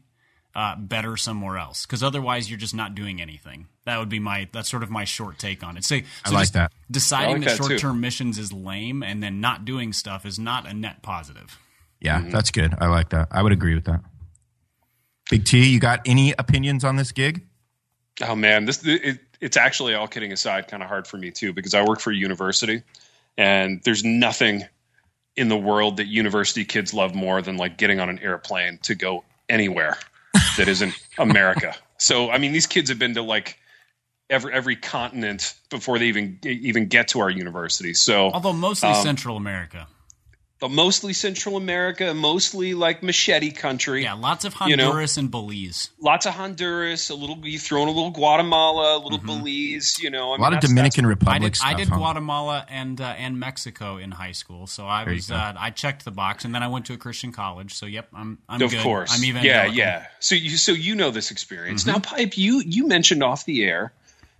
uh, better somewhere else. Because otherwise, you're just not doing anything. That would be my that's sort of my short take on it. So, I so like just that. Deciding I like that that too. short term missions is lame and then not doing stuff is not a net positive. Yeah, Mm-hmm. that's good. I like that. I would agree with that. Big T, you got any opinions on this gig? Oh man, this it, it's actually all kidding aside, kind of hard for me too because I work for a university, and there's nothing in the world that university kids love more than like getting on an airplane to go anywhere that isn't America. So I mean, these kids have been to like every every continent before they even e, even get to our university. So Um, Although mostly Um, Central America. but mostly Central America, mostly like machete country. Yeah, lots of You know? Honduras and Belize. Lots of Honduras, a little you throw in a little Guatemala, a little Belize, you know, I Mm-hmm. A lot of Dominican Republic I did, stuff. I did huh? Guatemala and uh, and Mexico in high school, so I was go. uh, I checked the box, and then I went to a Christian college. So yep, I'm I'm Of good. course. I'm yeah, evangelical. Mm-hmm. yeah. So you so you know this experience. Now Pipe, you you mentioned off the air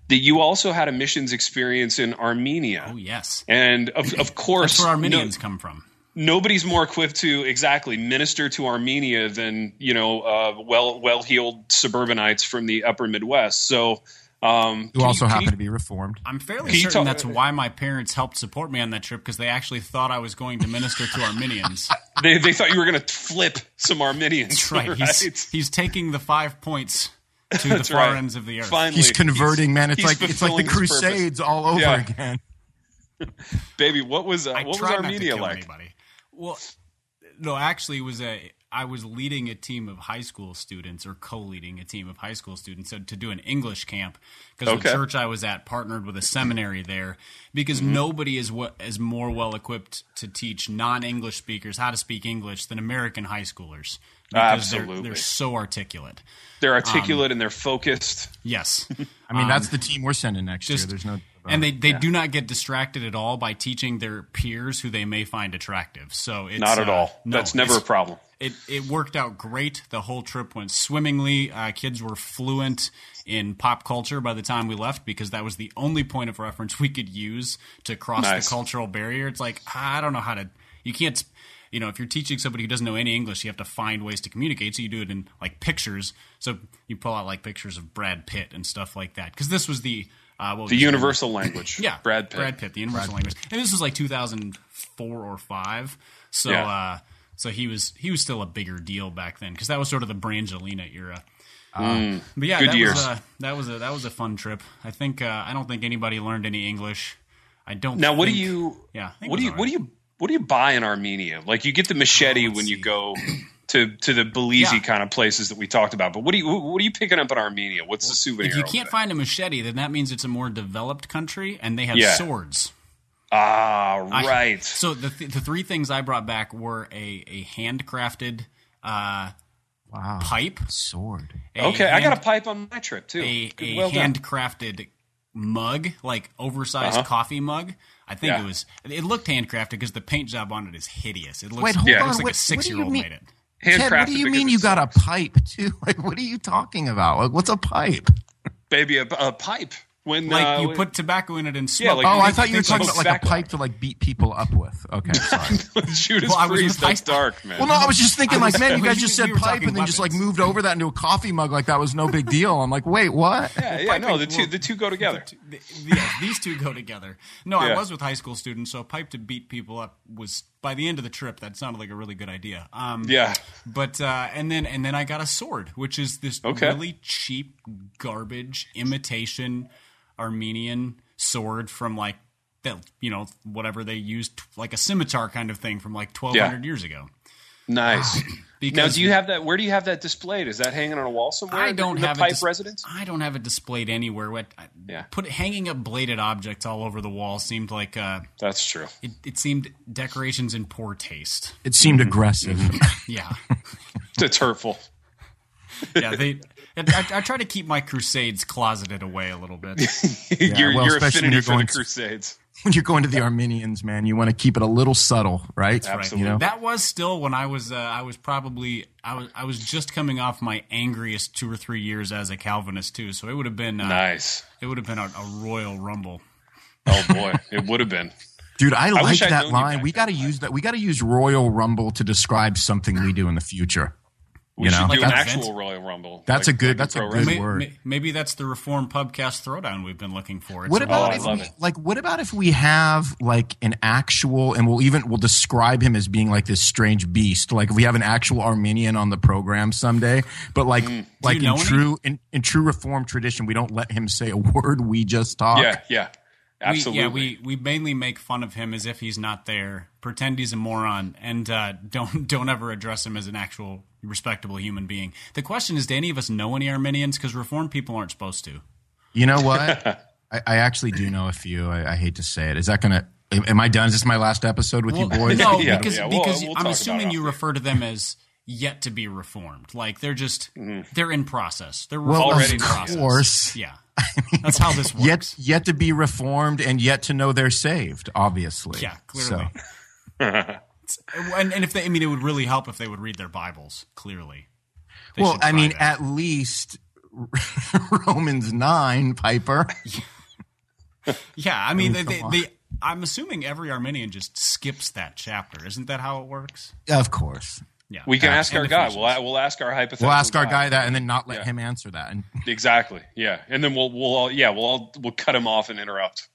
that you also had a missions experience in Armenia. Oh yes, And of, of course, that's where no- Armenians come from. nobody's more equipped to exactly minister to Armenia than you know uh, well well-heeled suburbanites from the Upper Midwest. So, um, Who also happen to be reformed. I'm fairly Can you certain tell- that's why my parents helped support me on that trip because they actually thought I was going to minister to Armenians. they, they thought you were going to flip some Armenians. That's right. He's he's taking the five points to the That's far right. ends of the earth. Finally, He's converting, man. It's he's like it's like the fulfilling his purpose. Crusades all over Yeah. again. Baby, what was uh, I what was tried not to Armenia kill like? Anybody. Well, no, actually, it was a I was leading a team of high school students or co-leading a team of high school students so to do an English camp because Okay. Mm-hmm. the church I was at partnered with a seminary there because nobody is what is more well equipped to teach non-English speakers how to speak English than American high schoolers because they're- Absolutely. they're so articulate. They're Um, articulate and they're focused. Yes. I mean, that's the team we're sending next year. Um, just- There's no. doubt about and they, they do not get distracted at all by teaching their peers who they may find attractive. So it's Not at uh, all. no, That's never a it's- problem. It it worked out great. The whole trip went swimmingly. Uh, kids were fluent in pop culture by the time we left because that was the only point of reference we could use to cross Nice. the cultural barrier. It's like I don't know how to. You can't. You know, if you're teaching somebody who doesn't know any English, you have to find ways to communicate. So you do it in like pictures. So you pull out like pictures of Brad Pitt and stuff like that. Because this was the Uh, what the was his name? universal language. Yeah, Brad Pitt. Brad Pitt, the universal language, and this was like 2004 or five. So, Yeah. uh, so he was he was still a bigger deal back then because that was sort of the Brangelina era. Uh, but yeah, Mm. good that years. was a, that was a that was a fun trip. I think uh, I don't think anybody learned any English. I don't. Now, what do think- you? Yeah, I think What it do you? was Oh, What do you? What do you buy in Armenia? Like you get the machete when you see. go to to the Belize Yeah. kind of places that we talked about. But what do you? What are you picking up in Armenia? What's the souvenir? If you over can't there? find a machete, then that means it's a more developed country, and they have Yeah. swords. ah, I- right. So the th- the three things I brought back were a a handcrafted uh, Wow. pipe. Sword. a okay, I hand- got a pipe on my trip too. a, Oh, Good- a well done. Uh-huh. handcrafted mug, like oversized coffee mug. I think Yeah. it was. It looked handcrafted because the paint job on it is hideous. It looks, Wait, hold it on, looks like a what- what do six year you old mean- made it. Ted, Handcrafted what do you because mean you it's got a pipe too? Like, what are you talking about? Like, what's a pipe? baby a, a pipe when Like uh, you when- put tobacco in it and smoke. Yeah, it. like- Oh, I thought you were Think talking like- about like a tobacco. pipe to like beat people up with. Okay, sorry. Judas Well, I was- Priest. That's I- dark, man. Well, no, I was just thinking, I like, was- man, you well, guys you- just we said were pipe talking and then just like weapons. moved over that into a coffee mug like that was no big deal. I'm like, wait, what? yeah, yeah, no, the two the two go together. Th- yeah, these two go together. No, Yeah. I was with high school students, so pipe to beat people up was by the end of the trip. That sounded like a really good idea. Um, Yeah, But uh, and then and then I got a sword, which is this Okay. really cheap garbage imitation Armenian sword from like that you know whatever they used like a scimitar kind of thing from like 1200 years ago. nice. now, Because do you have that? Where do you have that displayed? Is that hanging on a wall somewhere? I don't in the have it pipe dis- residence. I don't have it displayed anywhere. What I- Yeah. put hanging up bladed objects all over the wall seemed like uh, That's true. it, it seemed decorations in poor taste. It seemed aggressive. Yeah. It's hurtful. yeah, they. I, I try to keep my crusades closeted away a little bit. your well, your especially affinity when you're for the going to- Crusades. when you're going to the Armenians, man, you want to keep it a little subtle, right? Absolutely. You know? That was still when I was uh, I was probably I was I was just coming off my angriest two or three years as a Calvinist too, so it would have been uh, Nice. it would have been a, a royal rumble. Oh boy, it would have been. Dude, I, like wish I'd known that you line. back We got to use that. We got to use Royal Rumble to describe something we do in the future. We You should know? do an Like an actual event? Royal Rumble. That's Like- a good- like that's a pro good wrestling. May, word. may- maybe that's the Reform Pubcast Throwdown we've been looking for. It's What Oh, a- about I if love we, it. like what about if we have like an actual and we'll even we'll describe him as being like this strange beast. Like if we have an actual Armenian on the program someday, but like Mm. like you know in any? true in, in true reform tradition, we don't let him say a word. We just talk. Yeah, yeah, we, absolutely. yeah, we, we mainly make fun of him as if he's not there, pretend he's a moron, and uh, don't don't ever address him as an actual respectable human being. The question is, do any of us know any Armenians? Because Reformed people aren't supposed to. You know what? I, I actually do know a few. I, I hate to say it. Is that gonna? Am, am I done? Is this my last episode with Well, you boys? no, Yeah, because yeah, we'll- because we'll talk I'm about assuming it you off refer to them as yet to be reformed. Like they're just Mm. they're in process. They're Well, reformed of in process. course. Yeah, that's how this works. Yet, yet to be reformed and yet to know they're saved. Obviously. yeah, So- clearly. It's- and, and if they, I mean, it would really help if they would read their Bibles. Clearly. They well, should I try mean, that. at least Romans nine, Piper. Yeah, I mean, they, come they, on. they, I'm assuming every Armenian just skips that chapter. Isn't that how it works? of course. Yeah. We can Yeah. ask And our the guy. Ephesians. We'll we'll ask our hypothetical. We'll ask our guy that, and then not let Yeah. him answer that. And Exactly. Yeah, and then we'll we'll all yeah we'll all we'll cut him off and interrupt.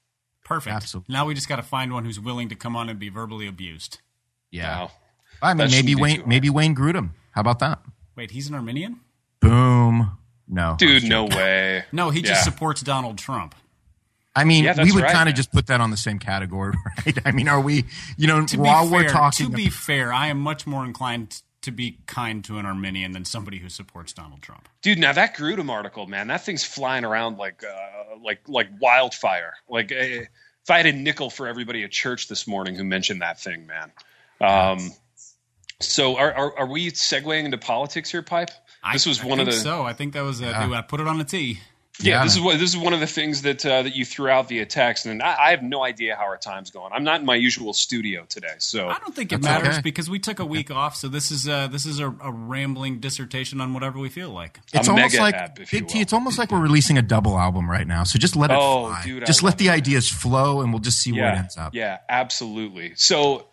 Perfect. Absolutely. Now we just got to find one who's willing to come on and be verbally abused. yeah, Wow. I mean, That maybe shouldn't be Wayne, too maybe Wayne Grudem. How about that? Wait, he's an Armenian? Boom. No, dude, no way. No, he Yeah. just supports Donald Trump. I mean, Yeah, we that's would right, kind man. of just put that on the same category, right? I mean, are we? You know, To while be fair, we're talking, to be fair, I am much more inclined to be kind to an Armenian than somebody who supports Donald Trump. Dude, now that Grudem article, man, that thing's flying around like uh, like like wildfire. Like uh, if I had a nickel for everybody at church this morning who mentioned that thing, man. Um, so are, are are we segueing into politics here, Pipe? I- This was I one of think the- so. I think that was a, I put it on a T. Yeah, Yeah. this is what this is one of the things that uh, that you threw out via text, and I, I have no idea how our time's going. I'm not in my usual studio today, so I don't think it That's matters okay. because we took a week off, so this is uh, this is a, a rambling dissertation on whatever we feel like. it's a almost mega like app, if you Big T. will. It's almost like we're releasing a double album right now. So just let it Oh, fly. dude, I just love let the it. ideas flow, and we'll just see where it yeah, ends up. yeah, absolutely. So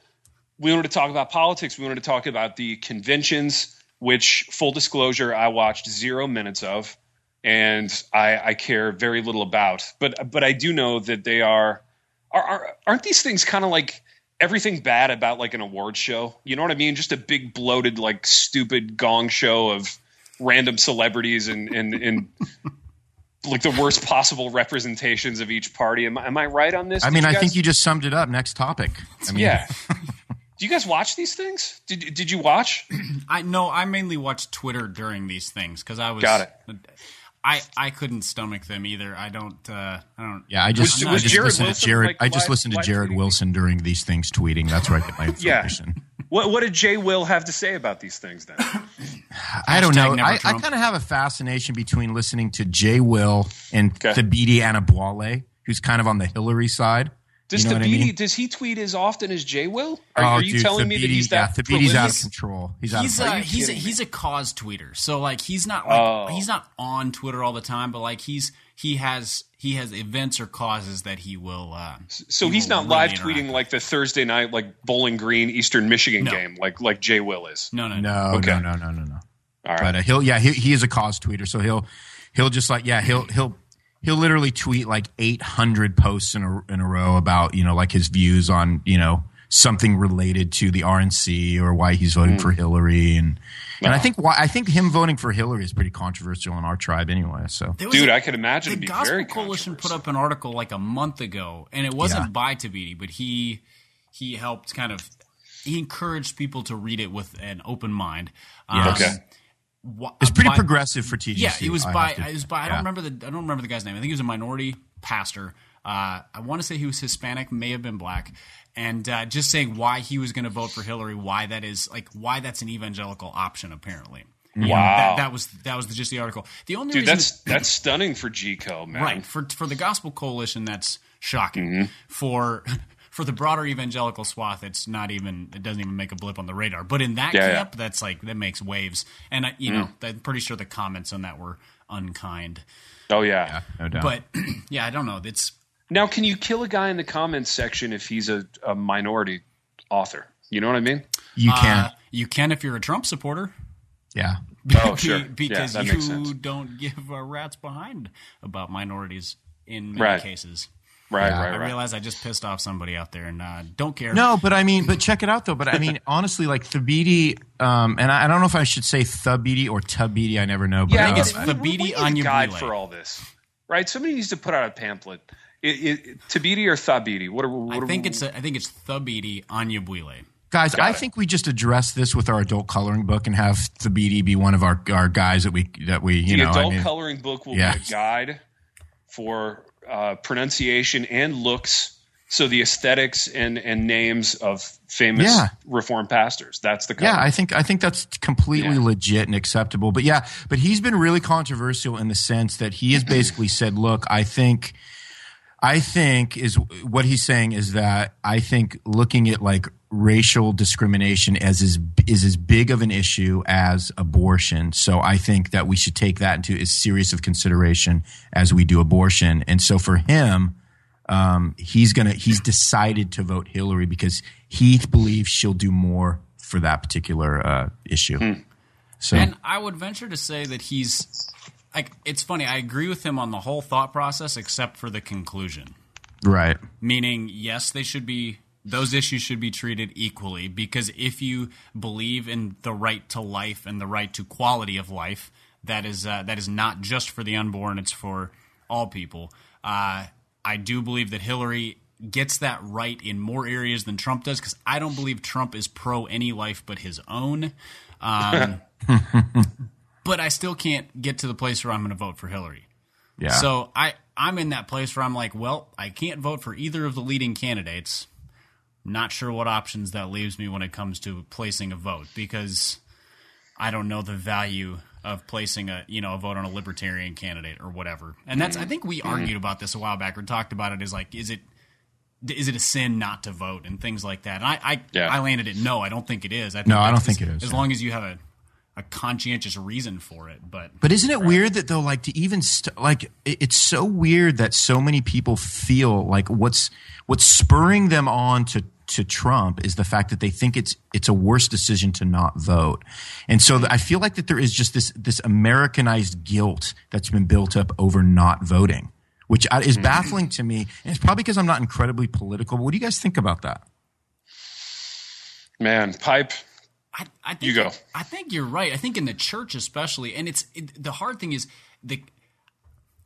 we wanted to talk about politics. We wanted to talk about the conventions, which full disclosure, I watched zero minutes of, and I, I care very little about. But but I do know that they are are, are aren't these things kind of like everything bad about like an award show? You know what I mean? Just a big bloated like stupid gong show of random celebrities and and and. Like the worst possible representations of each party. Am, am I right on this? I Did mean, you I guys- think you just summed it up. Next topic. I mean, yeah. Do you guys watch these things? Did Did you watch? I no, I mainly watch Twitter during these things because I was Got it. I I couldn't stomach them either. I don't. Uh, I don't. Yeah, I just, Was- I was just Jared listened to Wilson, Jared. like, I just live- listened to live Jared tweeting? Wilson during these things tweeting. That's where I get my Yeah. information. What What did Jay Will have to say about these things then? I don't know. never I, I Trump. kind of have a fascination between listening to Jay Will and Okay. Thabiti Anabuale, who's kind of on the Hillary side. Does you know Thabiti, what I mean? Oh, does he tweet as often as Jay Will? Are, Oh, are you dude, telling me that Thabiti- he's that yeah, Thabiti's out of prolific? uh, control. He's out He's of a you he's a, kidding me? he's a cause tweeter. So like he's not like Oh. he's not on Twitter all the time, but like he's he has he has events or causes that he will. Uh, So he he's will not really live interact tweeting with. like the Thursday night like Bowling Green Eastern Michigan No. game like like Jay Will is. No, no, no. No, Okay. no, no, no, no, no. All right. But uh, he'll, yeah, he, he is a cause tweeter, so he'll, he'll just like, yeah, he'll, he'll, he'll literally tweet like 800 posts in a, in a row about, you know, like his views on, you know, something related to the RNC or why he's voting Hmm. for Hillary, and and I think why I think him voting for Hillary is pretty controversial in our tribe anyway. So There was Dude, a- I could imagine the it'd be Gospel very Coalition put controversial. up an article like a month ago, and it wasn't Yeah. by Tabiti, but he he helped kind of he encouraged people to read it with an open mind. Uh, Yes. Okay. wha- it's pretty by- progressive for TGC. Yeah, it was I by have to- it was by I yeah. don't remember the I don't remember the guy's name. I think he was a minority pastor. Uh, I want to say he was Hispanic, may have been black, and uh, just saying why he was going to vote for Hillary, why that is like why that's an evangelical option apparently. You know, Mm. Wow. that, that was that was the, just the article. The only Dude, reason that's that's stunning for GCO, man. Right. For for the gospel coalition, that's shocking. Mm-hmm. For for the broader evangelical swath, it's not even it doesn't even make a blip on the radar. But in that Yeah, Mm. yeah. camp, that's like that makes waves. And I, you know, I'm pretty sure the comments on that were unkind. Oh yeah. no doubt. But yeah, I don't know. It's Now can you kill a guy in the comments section if he's a, a minority author? You know what I mean? you can, uh, you can if you're a Trump supporter. yeah. Oh sure. Be- because yeah, that makes sense. you don't give a rat's behind about minorities in many Right. cases. Right, Yeah. right, I right. realize I just pissed off somebody out there, and uh, don't care. No, but I mean, but check it out though. But I mean, honestly, like Thabiti, um, and I, I don't know if I should say Thabiti or Tubiti. I never know. But, Yeah, I uh, guess uh, we- we- we Thabiti need a Anya guide Bule. for all this, right? Somebody needs to put out a pamphlet. It, it, Tabidi or Thabiti? What are, what I are think it's a, I think it's Thubiti Anyabwile. guys, I it. think we just address this with our adult coloring book and have Thabiti be one of our, our guys that we that we you the know. I adult mean- coloring book will Yeah. be a guide for uh, pronunciation and looks. So the aesthetics and, and names of famous Yeah. reformed pastors. That's the cover. Yeah, I think I think that's completely Yeah. legit and acceptable. But yeah, but he's been really controversial in the sense that he has basically said, "Look, I think." I think is what he's saying is that I think looking at like racial discrimination as is is as big of an issue as abortion. So I think that we should take that into as serious of consideration as we do abortion. And so for him, um, he's gonna he's decided to vote Hillary because he believes she'll do more for that particular uh, issue. So And I would venture to say that he's like it's funny. I agree with him on the whole thought process except for the conclusion. right, Meaning, yes, they should be those issues should be treated equally because if you believe in the right to life and the right to quality of life, that is uh, that is not just for the unborn; it's for all people. Uh, I do believe that Hillary gets that right in more areas than Trump does because I don't believe Trump is pro any life but his own. Um, but I still can't get to the place where I'm going to vote for Hillary. yeah. So I I'm in that place where I'm like, well, I can't vote for either of the leading candidates. Not sure what options that leaves me when it comes to placing a vote because I don't know the value of placing a you know a vote on a libertarian candidate or whatever. And that's I Mm-hmm. think we argued about this a while back or talked about it is like is it is it a sin not to vote and things like that. And I I, Yeah. I landed it no, I don't think it is. I think No, I don't that's- think it is, As yeah. long as you have a a conscientious reason for it, but But isn't it weird that though, like to even st- like it- it's so weird that so many people feel like what's what's spurring them on to to Trump is the fact that they think it's it's a worse decision to not vote, and so I feel like that there is just this this Americanized guilt that's been built up over not voting, which I- Hmm. is baffling to me. And it's probably because I'm not incredibly political. But what do you guys think about that? Man, pipe. I, I think You go. I think you're right. I think in the church especially, and it's it, the hard thing is the.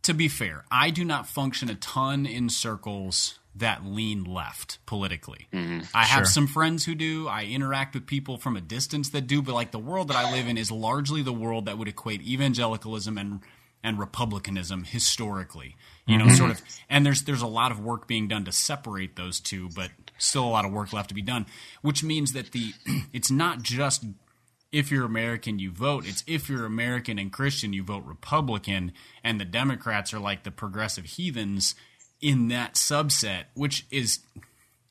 To be fair, I do not function a ton in circles that lean left politically. Mm-hmm. I have some friends who do. I interact with people from a distance that do, but like the world that I live in is largely the world that would equate evangelicalism and and republicanism historically. You know, sort of and there's there's a lot of work being done to separate those two, but still a lot of work left to be done, which means that the it's not just if you're American, you vote. It's if you're American and Christian, you vote Republican. And the Democrats are like the progressive heathens in that subset, which is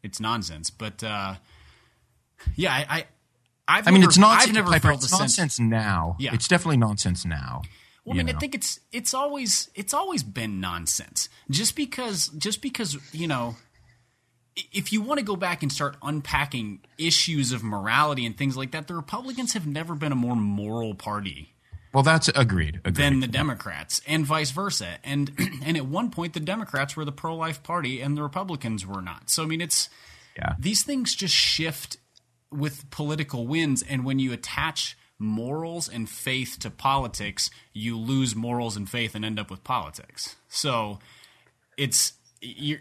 it's nonsense. But uh, yeah, I, I I've I mean, never, it's nonsense. I've never Piper, felt a it's sense. nonsense now. Yeah. It's definitely nonsense now. Well, I you mean, I know. think it's it's always it's always been nonsense. Just because just because you know, i- if you want to go back and start unpacking issues of morality and things like that, the Republicans have never been a more moral party Well, that's agreed. Agreed. than the Democrats, and vice versa. And and at one point, the Democrats were the pro life party, and the Republicans were not. So I mean, it's yeah. these things just shift with political winds and when you attach morals and faith to politics you lose morals and faith and end up with politics so it's you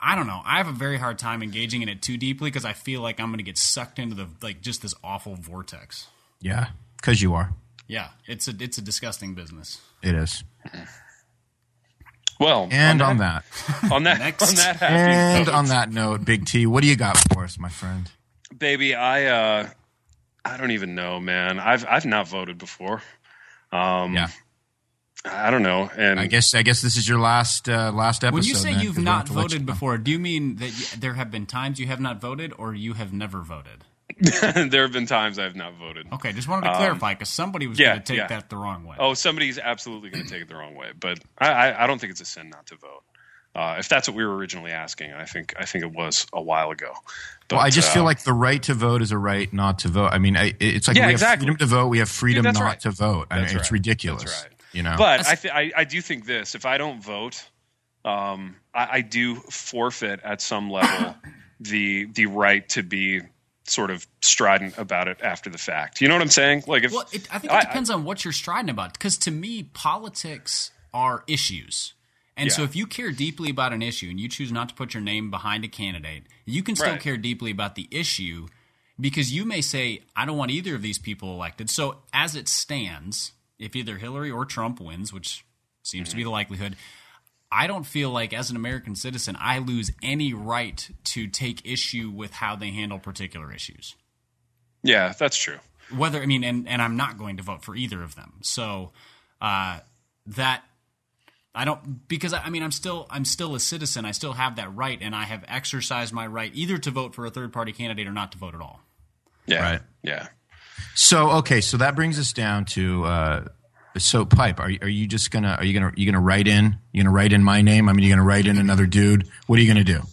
i don't know i have a very hard time engaging in it too deeply because i feel like i'm going to get sucked into the like just this awful vortex Yeah. Because you are. yeah it's a it's a disgusting business It is. Well, And on on that. that, on that, Next. on that happy And note, on that note, Big T, what do you got for us, my friend? baby, I uh, I don't even know, man. I've I've not voted before. Um, Yeah, I don't know, and I guess I guess this is your last uh, last episode. when you say then, you've 'cause we'll not have to let voted you- before do you mean that y there have been times you have not voted or you have never voted there have been times I've not voted. okay just wanted to clarify because somebody was Um, yeah, going to take yeah. that the wrong way Oh, somebody's absolutely going to take it the wrong way, but I, I, I don't think it's a sin not to vote. Uh, if that's what we were originally asking, I think I think it was a while ago. But, well, I just uh, feel like the right to vote is a right not to vote. I mean, I, it's like Yeah, we exactly. have freedom to vote, we have freedom that's not right. to vote. I mean, That's it's right. ridiculous. That's right. You know, But I, th- I I do think this: if I don't vote, um, I, I do forfeit at some level the the right to be sort of strident about it after the fact. You know what I'm saying? Like if Well, it, I think it I- depends on what you're striding about. Because to me, politics are issues. And so Yeah. if you care deeply about an issue and you choose not to put your name behind a candidate, you can still Right. care deeply about the issue because you may say, I don't want either of these people elected. So as it stands, if either Hillary or Trump wins, which seems Mm-hmm. to be the likelihood, I don't feel like as an American citizen, I lose any right to take issue with how they handle particular issues yeah, that's true. whether I mean, and and I'm not going to vote for either of them. So uh, that I don't because I, I mean I'm still I'm still a citizen. I still have that right, and I have exercised my right either to vote for a third party candidate or not to vote at all. Yeah, Right. yeah. so okay, so that brings us down to. Uh, so pipe, are you, are you just gonna are you gonna you gonna write in you gonna write in my name? I mean, you gonna write in another dude? What are you gonna do?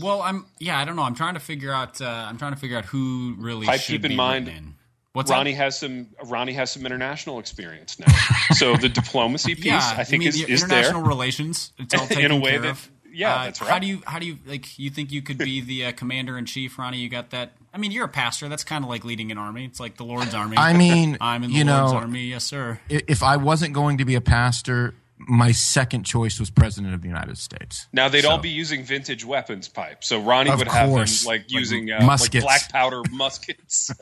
Well, I'm yeah I don't know. I'm trying to figure out uh, I'm trying to figure out who really I should keep in be mind written in. What's that? Ronnie has some Ronnie has some international experience now, so the diplomacy piece Yeah, I think mean, is, your is there. international relations. It's all In a taken way care that- of. yeah, Uh, that's How right. do you how do you like you think you could be the uh, commander in chief, Ronnie? You got that? I mean, you're a pastor. That's kind of like leading an army. It's like the Lord's army. I mean, I'm in the you Lord's know, army. Yes, sir. i- if I wasn't going to be a pastor, my second choice was president of the United States. Now they'd all So- be using vintage weapons pipe, so Ronnie Of would have them course. like Like using uh, muskets. like black powder muskets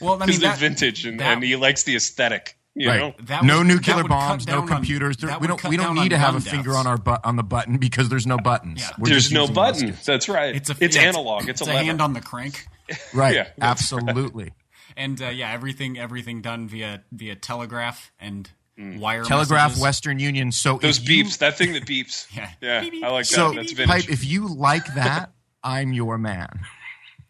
Well, I because mean, they're that, vintage and, that- and he likes the aesthetic. You know, Right. That no would- nuclear that would cut bombs, no down on- computers. There- that we would don't. cut We don't down need on to have a gun finger deaths. on our bu- on the button because there's no buttons. Yeah. We're there's just no using button. muskets. That's right. It's It's, a analog. It's, it's a, a lever. hand on the crank. Right. Yeah, that's Absolutely. and uh, yeah, everything everything done via via telegraph and Hmm. wire. Telegraph messages. Western Union. So if Those you- beeps. That thing that beeps. Yeah. yeah. Beep, beep, I like that. So That's vintage. pipe. If you like that, I'm your man.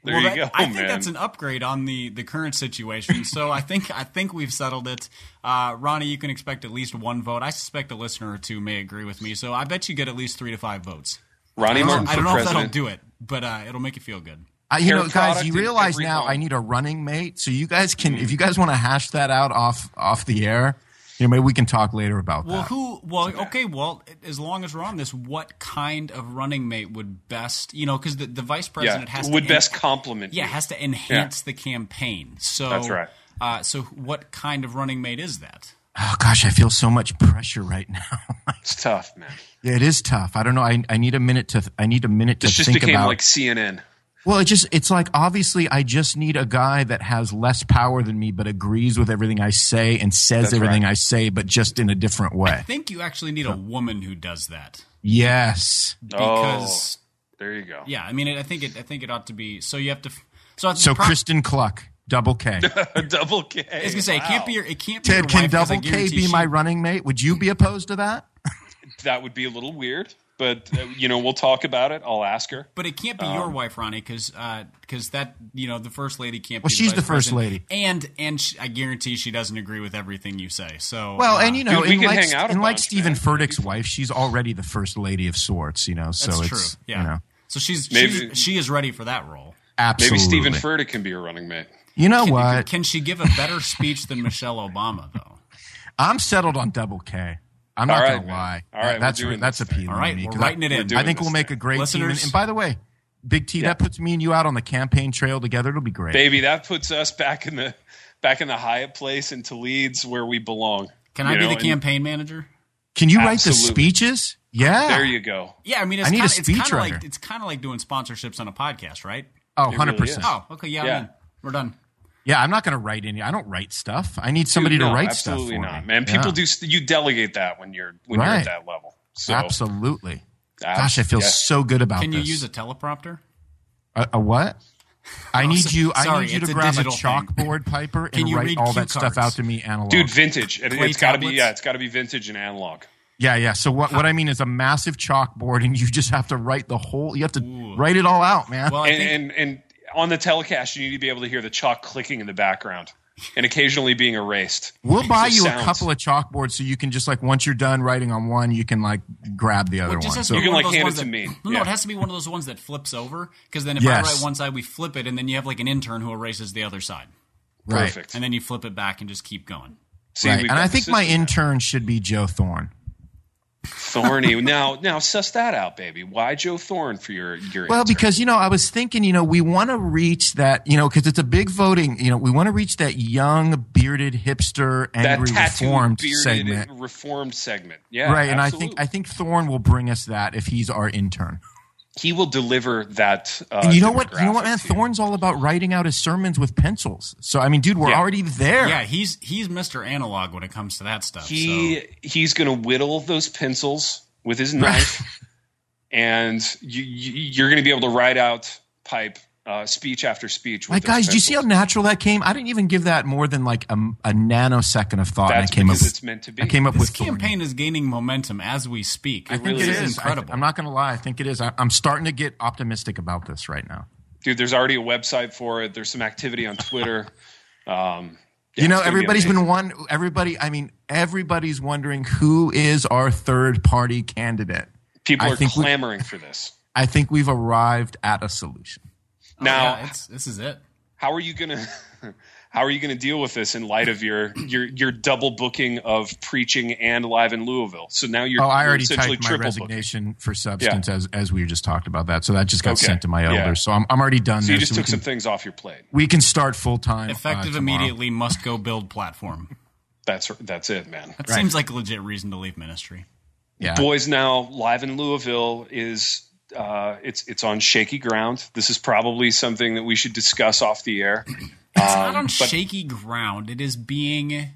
there well, you that- go, Oh, I man. think that's an upgrade on the the current situation. so I think I think we've settled it. Uh, Ronnie, you can expect at least one vote. I suspect a listener or two may agree with me. So I bet you get at least three to five votes. Ronnie I don't, Martin know- for I don't know if president. that'll do it, but uh, it'll make you feel good. I, you Hair know, guys, product you and realize every Hmm. now bone. I need a running mate. So you guys can, if you guys want to hash that out off off the air, you know, maybe we can talk later about Well, Ah. that. who? Well, okay. Well, as long as we're on this, what kind of running mate would best? You know, because the, the vice Yeah, president has to would en- best compliment. Yeah, you. has to enhance the campaign. So That's right. Uh, so what kind of running mate is that? oh gosh, I feel so much pressure right now. it's tough, man. yeah, it is tough. I don't know. I, I need a minute to. I need a minute to This just think became about. like CNN. well, it just it's like obviously I just need a guy that has less power than me, but agrees with everything I say and says That's everything right. I say, but just in a different I way. think you actually need a woman who does that Yes. Oh. because There you go. yeah, I mean, it, I think it. I think it ought to be. So you have to. So, I have to So pro- Kristen Cluck, double K. Double K. I was gonna say it can't be your. It can't be Ted, your can wife 'cause I double K guarantee be she- my running mate? Would you be opposed to that? that would be a little weird, but uh, you know we'll talk about it. I'll ask her. But it can't be Um, your wife, Ronnie, because that you know the first lady can't. Well, be she's the vice first president. and and she, I guarantee she doesn't agree with everything you say. So Well, uh, and you know, Dude, we and could like, hang out a and like bunch, Stephen man. Furtick's wife, she's already the first lady of sorts. You know, so that's true. it's Yeah. you know, So she's, Maybe- she's she is ready for that role. Maybe absolutely. Stephen Furtick can be your running mate. you know Can- what? Can she give a better speech than Michelle Obama though? I'm settled on double K. I'm not All right, gonna man. lie. All right, we're that's doing that's this appealing. All right, to me, we're 'cause writing it we're in. doing I, I think we'll this make a great team. And, Listeners- and by the way, Big T, that puts me and you out on the campaign trail together. It'll be great. Baby, that puts us back in the back in the Hyatt place in Leeds where we belong. Can I You be know, the and campaign manager? Can you write the Absolutely. speeches? Yeah. Oh, There you go. Yeah, I mean, I it's need a kind of it's kind of speechwriter. like it's kind of like doing sponsorships on a podcast, right? oh, really 100 is. percent. Oh, okay, yeah, Yeah. I'm in. we're done. Yeah, I'm not going to write any. I don't write stuff. I need somebody Dude, to no, write absolutely stuff. for not, me. man. People Yeah. do. st- You delegate that when you're when you're Right. at that level. So, Absolutely. abs- Gosh, I feel yeah. so good about Can you this. use a teleprompter? a, a what? I need you. I sorry, need you to it's a grab a digital thing. chalkboard, Piper, Can and you write read all cue that stuff cards? out to me analog. dude, vintage. It, Clay it's got to be. tablets? Yeah, it's got to be vintage and analog. yeah, yeah. So what? What I mean is a massive chalkboard, and you just have to write the whole. You have to Ooh. write it all out, man. Well, I And, think and and on the telecast, you need to be able to hear the chalk clicking in the background and occasionally being erased. we'll buy you a sounds. couple of chalkboards so you can just like once you're done writing on one, you can like grab the other It just one. has So to be You can, one of like, those hand ones it to that- me. No, Yeah. it has to be one of those ones that flips over because then if I Yes. write one side, we flip it, and then you have like an intern who erases the other side, right. Perfect. and then you flip it back and just keep going. See, right. we've And got I the think my system. intern should be Joe Thorne. Thorny. now, now suss that out, baby. Why Joe Thorne for your your? Well, intern? because you know, I was thinking, you know, we want to reach that, you know, because it's a big voting, you know, we want to reach that young, bearded, hipster, that angry, tattooed, reformed bearded, segment, reformed segment. Yeah, right? And I absolutely. think I think Thorne will bring us that if he's our intern. he will deliver that. Uh, And you know what? You know what, demographic man? to you. Thorne's all about writing out his sermons with pencils. So I mean, dude, we're Yeah. already there. Yeah, he's he's Mr. Analog when it comes to that stuff. He so. he's going to whittle those pencils with his knife, and you, you, you're going to be able to write out pipe uh, speech after speech. With Like, those guys, did you see how pencils. natural that came? I didn't even give that more than like a, a nanosecond of thought. and I That's came up. because With, it's meant to be. I came up This with Thorne. campaign is gaining momentum as we speak. It I think really this is. is I- incredible. I'm not going to lie. I think it is. I, I'm starting to get optimistic about this right now. dude. There's already a website for it. There's some activity on Twitter. Um, yeah, you know, it's gonna be everybody's amazing. been one. Everybody, I mean, everybody's wondering who is our third party candidate. people I are think we- clamoring for this. I think we've arrived at a solution. Oh, Now, yeah, it's, this is it. Uh, how are you gonna how are you gonna deal with this in light of your your your double booking of preaching and live in Louisville? So now you're, Oh, I you're already essentially typed my triple booking. resignation for substance as as we just talked about that. So that just got sent to my Okay. elders. Yeah. So I'm I'm already done. So there. you just so took we, can, some things off your plate. we can start uh, full time. Effective immediately. Must go build platform. That's that's it, man. That seems like a legit reason to leave ministry. Uh, Yeah. Boys now live in Louisville is uh, it's it's on shaky ground. This is probably something that we should discuss off the air. It's not on shaky ground. It is being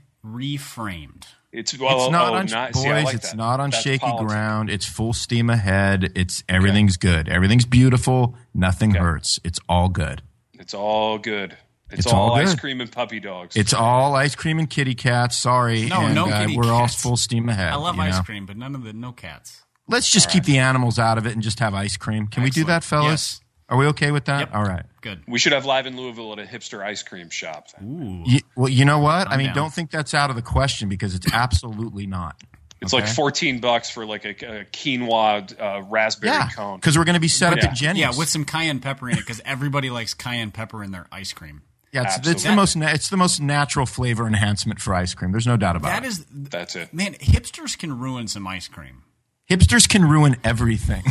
reframed. It's well, it's not oh, on nice. boys. Yeah, I like it's that. not on That's shaky politics. ground. It's full steam ahead. It's everything's good. Everything's beautiful. Nothing hurts. It's all good. It's all good. It's, It's all, all ice good. cream and puppy dogs. It's all ice cream and kitty cats. Sorry, No, and, no uh, kitty we're all cats. full steam ahead. I love you ice know? cream, but none of the no cats. Let's just keep the animals out of it and just have ice cream. Can we do Excellent. that, fellas? Yes. Are we okay with that? Yep. All right. Good. we should have live in Louisville at a hipster ice cream shop. Ooh. You, well, you know what? i I'm mean, down. don't think that's out of the question because it's absolutely not. It's like fourteen bucks for like a, a quinoa uh, raspberry yeah, cone. because we're going to be set up Yeah. at Jenny's. Yeah, with some cayenne pepper in it because everybody likes cayenne pepper in their ice cream. yeah, it's, it's the Absolutely. most na- it's the most natural flavor enhancement for ice cream. There's no doubt about That it. is, That's it. man, hipsters can ruin some ice cream. Hipsters can ruin everything.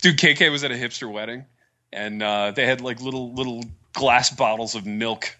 Dude, KK was at a hipster wedding, and uh, they had like little little glass bottles of milk,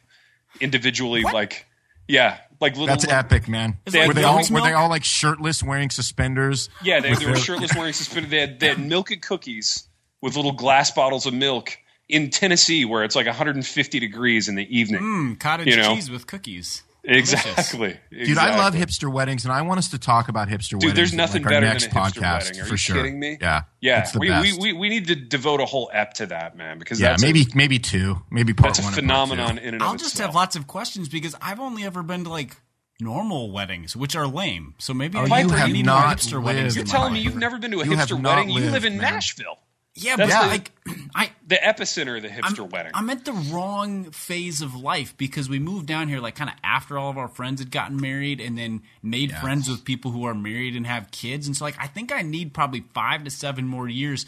individually like, yeah, like little. That's like- epic, man. Is it were like they all dog's were they milk? all like shirtless, wearing suspenders? Yeah, they, they were shirtless, wearing suspended. They had, they had milk and cookies with little glass bottles of milk in Tennessee, where it's like 150 degrees in the evening. Mm, cottage You know. cheese with cookies. exactly, Dude, I love exactly. hipster weddings, and I want us to talk about hipster weddings. Dude, there's in, nothing like, our better next than a hipster podcast wedding. Are for you sure. kidding me? Yeah, Yeah, it's the we, best. we, we, we need to devote a whole ep to that, man, because yeah, that's maybe a, maybe two, maybe part that's a one. and part two. phenomenon in and of I'll just have itself. lots of questions because I've only ever been to like normal weddings, which are lame. So maybe Oh, you I need, have I need more not hipster lived. weddings. You're in my Telling me life. you've never been to a You have hipster not wedding? you lived, live in man. Nashville, yeah, but That's the- like I. the epicenter of the hipster wedding. I'm at the wrong phase of life because we moved down here like kind of after all of our friends had gotten married and then made friends with people who are married and have kids. And so like I think I need probably five to seven more years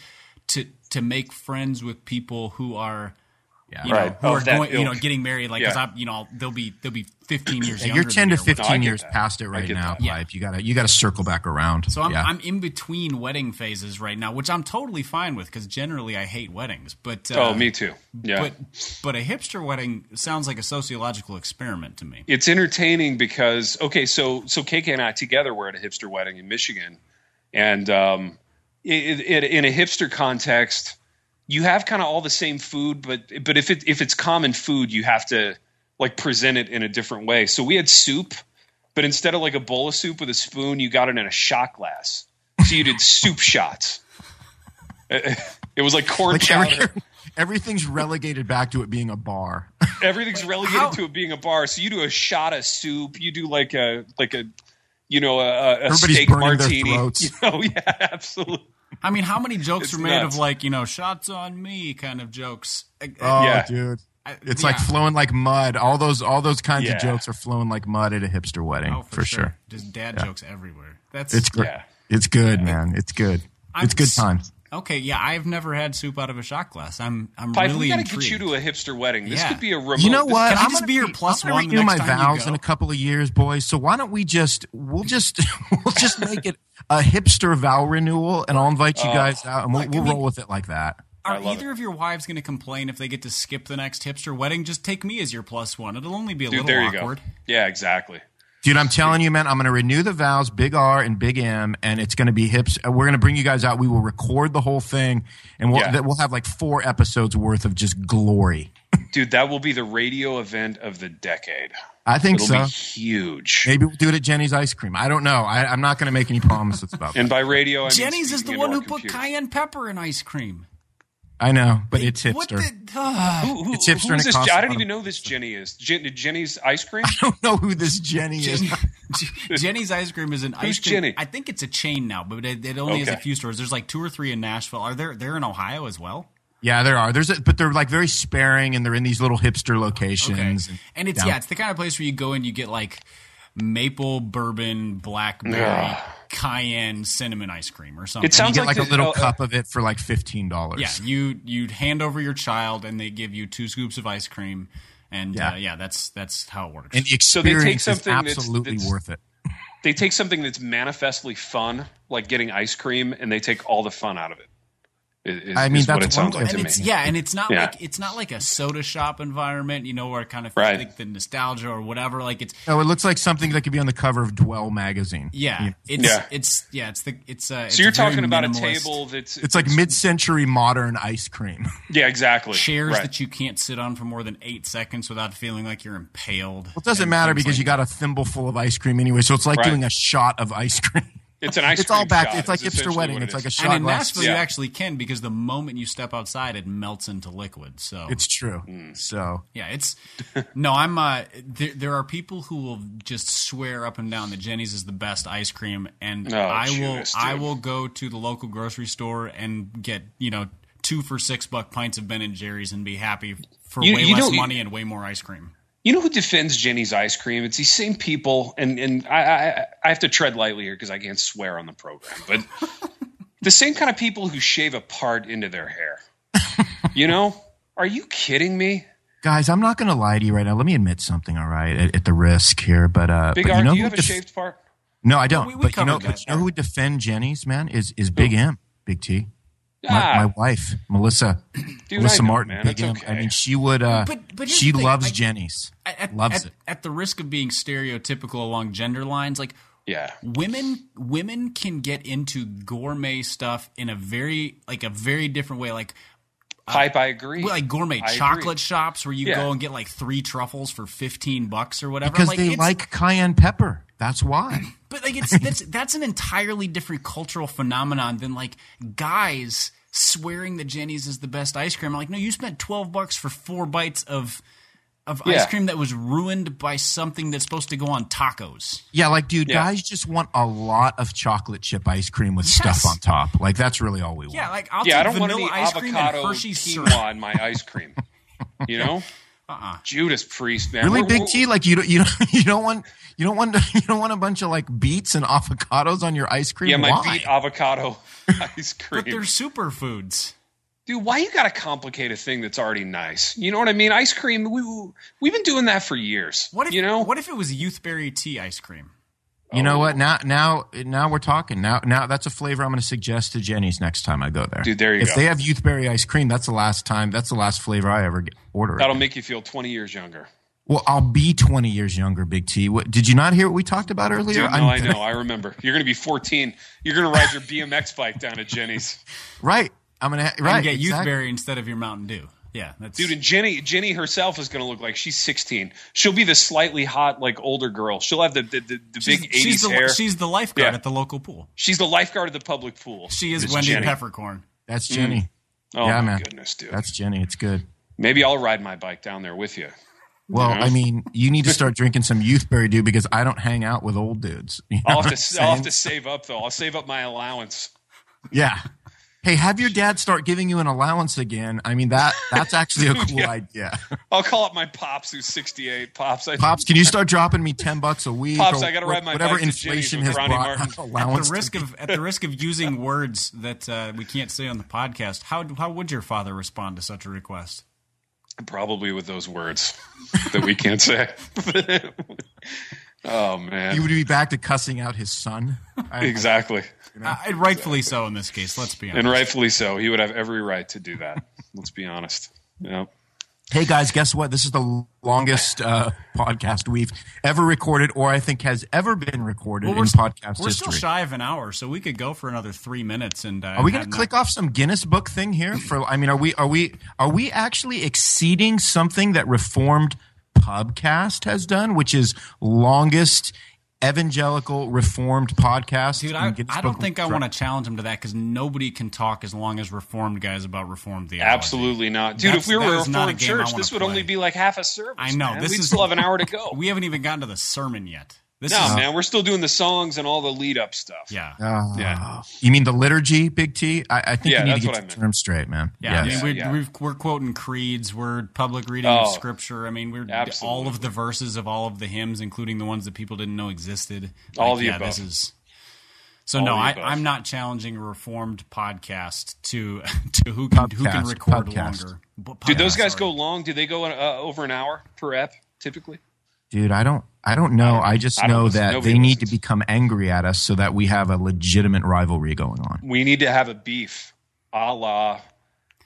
to to make friends with people who are you Right. know, who Of are that going you know ilk. getting married like Yeah. because I you know they'll be they'll be 15 years Yeah, younger you're than 10 me or to whatever. 15 get years that. past it right get now, that. Yeah. Life. You gotta you gotta circle back around. So I'm, yeah. I'm in between wedding phases right now, which I'm totally fine with because generally I hate weddings. But uh, oh, me too. Yeah. But but a hipster wedding sounds like a sociological experiment to me. it's entertaining because okay, so so KK and I together were at a hipster wedding in Michigan, and um, it, it, in a hipster context, you have kind of all the same food, but but if it if it's common food, you have to like present it in a different way. So we had soup, but instead of like a bowl of soup with a spoon, you got it in a shot glass. So you did soup shots. It was like corn like chowder. every- everything's relegated back to it being a bar. everything's relegated how- to it being a bar. So you do a shot of soup, you do like a like a you know a, a Everybody's steak burning their martini. throats. You know, yeah, absolutely. I mean, how many jokes It's are made nuts. Uh, of like you know shots on me kind of jokes? I- Oh, I- Yeah. dude. I- It's yeah. like flowing like mud. All those all those kinds Yeah. of jokes are flowing like mud at a hipster wedding Oh, for, sure. just dad jokes everywhere. That's It's great. Yeah. It's good, man. It's good. I'm it's good s- times. okay. Yeah, I've never had soup out of a shot glass. I'm I'm Pipe, really we gotta intrigued. get you to a hipster wedding. This Yeah. could be a remote. You know what? Can I I'm just gonna be your re- plus I'm gonna one Renew my next time you vows go? in a couple of years, boys. So why don't we just we'll just we'll just make it a hipster vow renewal, and I'll invite Oh. you guys out, and we'll, we'll roll with it like that. Are love either of your wives going to complain if they get to skip the next hipster wedding? Just take me as your plus one. It'll only be a Dude, little there you awkward. go. Yeah, exactly. Dude, I'm telling you, man, I'm going to renew the vows, big R and big M, and it's going to be hips. uh, We're going to bring you guys out. We will record the whole thing, and we'll, Yeah. that we'll have like four episodes worth of just glory. Dude, that will be the radio event of the decade. I think It'll so. be huge. Maybe we'll do it at Jenny's Ice Cream. I don't know. I, I'm not going to make any promises about that. And by radio, I mean Jenny's is the speaking one into who our put computer. cayenne pepper in ice cream. I know, but it's What hipster. the? ah. Who, who, It's hipster who and is it this? costs I a don't lot even of- know this Jenny is. Jen, Jenny's ice cream. I don't know who this Jenny is. Jenny's ice cream is an ice cream. Jenny? I think it's a chain now, but it, it only has a Okay. few stores. There's like two or three in Nashville. Are there? They're in Ohio as well. Yeah, there are. There's, a, but they're like very sparing, and they're in these little hipster locations. Okay. And it's yeah, it's the kind of place where you go and you get like maple bourbon blackberry cayenne cinnamon ice cream or something. It sounds You get like like, the- a little oh, uh, cup of it for like fifteen dollars. Yeah, you you'd hand over your child, and they give you two scoops of ice cream, and yeah, Yeah. uh, yeah that's that's how it works. and the they take experience something is that's- absolutely that's- worth it. They take something that's manifestly fun, like getting ice cream, and they take all the fun out of it. Is, I mean, is what that's it sounds one like way to and me. of it's yeah, and it's not Yeah. like it's not like a soda shop environment, you know, where it kind of Right. like the nostalgia or whatever. Like it's Oh, it looks like something that could be on the cover of Dwell magazine. yeah, You know, it's Yeah. it's yeah, it's the it's uh. So you're talking about a table that's It's like mid-century modern ice cream. yeah, exactly. chairs Right. that you can't sit on for more than eight seconds without feeling like you're impaled. Well, it doesn't matter because you got a thimbleful of ice cream anyway, so it's like Right. doing a shot of ice cream. It's an ice It's all cream back. shot it's like is hipster essentially wedding. what it It's like a is. shot And in glass. Nashville, Yeah. you actually can because the moment you step outside, it melts into liquid. So It's true. Hmm. So Yeah, it's no. I'm. Uh, there, there are people who will just swear up and down that Jenny's is the best ice cream, and No, I will. Judas, Oh, dude. I will go to the local grocery store and get you know two for six buck pints of Ben and Jerry's and be happy for You- way you less don't- money and way more ice cream. You you know who defends Jenny's ice cream? It's these same people, and and I I, I have to tread lightly here because I can't swear on the program, but the same kind of people who shave a part into their hair. you know? Are you kidding me? Guys, I'm not going to lie to you right now. Let me admit something, all right, at, at the risk here. But uh, Big but R, you know do you who have a def- shaved part? No, I don't. we- we but you covered know, that. but you know who would defend Jenny's man is is Big M, Big T. My, Ah. my wife, Melissa, Dude, Melissa I know, Martin, man. It's Big M. I okay. mean, she would. Uh, But- but here's she the thing, loves I- Jenny's. At, loves at, it. at the risk of being stereotypical along gender lines, like Yeah. women women can get into gourmet stuff in a very like a very different way like Uh, Pipe, I agree. like gourmet I chocolate agree. shops where you Yeah. go and get like three truffles for 15 bucks or whatever Because they it's- like cayenne pepper. That's why. but like it's that's that's an entirely different cultural phenomenon than like guys swearing that Jenny's is the best ice cream. I'm like, no, you spent twelve bucks for four bites of of Yeah. ice cream that was ruined by something that's supposed to go on tacos. Yeah, like dude, Yeah. guys just want a lot of chocolate chip ice cream with Yes. stuff on top. Like that's really all we want. Yeah, like I'll Yeah, I take don't want vanilla any ice cream and avocado Hershey's syrup. quinoa in my ice cream. You know? uh-uh. Judas Priest, man. Really, We're- Big we're- T? Like you don't, you don't, you don't want, you don't want, you don't want a bunch of like beets and avocados on your ice cream. Yeah, my Why? beet avocado ice cream. But they're superfoods. Dude, why you got to complicate a thing that's already nice? You know what I mean? Ice cream. We we've been doing that for years. What if you know? What if it was youthberry tea ice cream? You know what? Now, now, now we're talking. Now, now that's a flavor I'm going to suggest to Jenny's next time I go there. Dude, there you if go. they have youthberry ice cream, that's the last time. That's the last flavor I ever get, order. That'll make you feel twenty years younger. well, I'll be 20 years younger, Big T. What, did you not hear what we talked about earlier? Dude, no, I'm I gonna- know. I remember. You're going to be 14. You're going to ride your BMX bike down to Jenny's. Right. I'm gonna ha- right. and get exactly. youthberry instead of your Mountain Dew. Yeah, that's Dude, and Jenny, Jenny herself is going to look like she's 16. She'll be the slightly hot, like older girl. She'll have the the, the, the she's, big 80s she's the, hair. she's the lifeguard Yeah. at the local pool. She's the lifeguard of the public pool. She is Miss Wendy Jenny. Peppercorn. That's Jenny. Oh Yeah, my man. goodness, dude. That's Jenny. It's good. Maybe I'll ride my bike down there with you. Well, Yeah. I mean, you need to start drinking some youthberry dew because I don't hang out with old dudes. You know I'll what have I'm to I'll have to saying? save up though. I'll save up my allowance. Yeah. Hey, have your dad start giving you an allowance again. I mean that that's actually a cool idea. I'll call up my pops who's 68. Pops, I Pops, can you start dropping me ten bucks a week? Pops, or I gotta what- ride my whatever bike to inflation Jenny's with Ronnie has brought Martin. At allowance. the to- risk of at the risk of using words that uh, we can't say on the podcast, how how would your father respond to such a request? probably with those words that we can't say. oh man. he would be back to cussing out his son. I- exactly. Uh, rightfully so in this case. Let's be honest. And rightfully so. He would have every right to do that. Let's be honest. Yeah. Hey guys, guess what? This is the longest uh, podcast we've ever recorded, or I think has ever been recorded Well, in s- podcast we're still history. shy of an hour, so we could go for another three minutes. And uh, are we going to click off some Guinness Book thing here? For I mean, are we are we are we actually exceeding something that Reformed Pubcast has done, which is longest evangelical Reformed podcast? Dude, in I, Guinness I don't Book think I Record? want to challenge him to that because nobody can talk as long as reformed guys about reformed theology. Absolutely not. Dude, That's- if we were that a is not a reformed game I church, wanna this would play. only be like half a service. I know, man. this We'd is- still have an hour to go. We haven't even gotten to the sermon yet. This no, is man, we're still doing the songs and all the lead up stuff. yeah. Uh, Yeah. You mean the liturgy, Big T? I, I think Yeah, you need to that's get what I your meant. term straight, man. Yeah, Yes. I mean, Yeah, yeah. we're, We've, we're quoting creeds, we're public reading of Oh. scripture. I mean, we're all Absolutely. of the verses of all of the hymns, including the ones that people didn't know existed. All the yeah, above. This is so. All no, the I, above. I'm not challenging a reformed podcast to to who can who can Podcast, record podcast. longer. But Dude, those podcast, guys sorry. go long. Do they go uh, over an hour per ep typically? Dude, I don't I don't know. I just I don't know listen. that Nobody they need to listens. become angry at us so that we have a legitimate rivalry going on. We need to have a beef, a la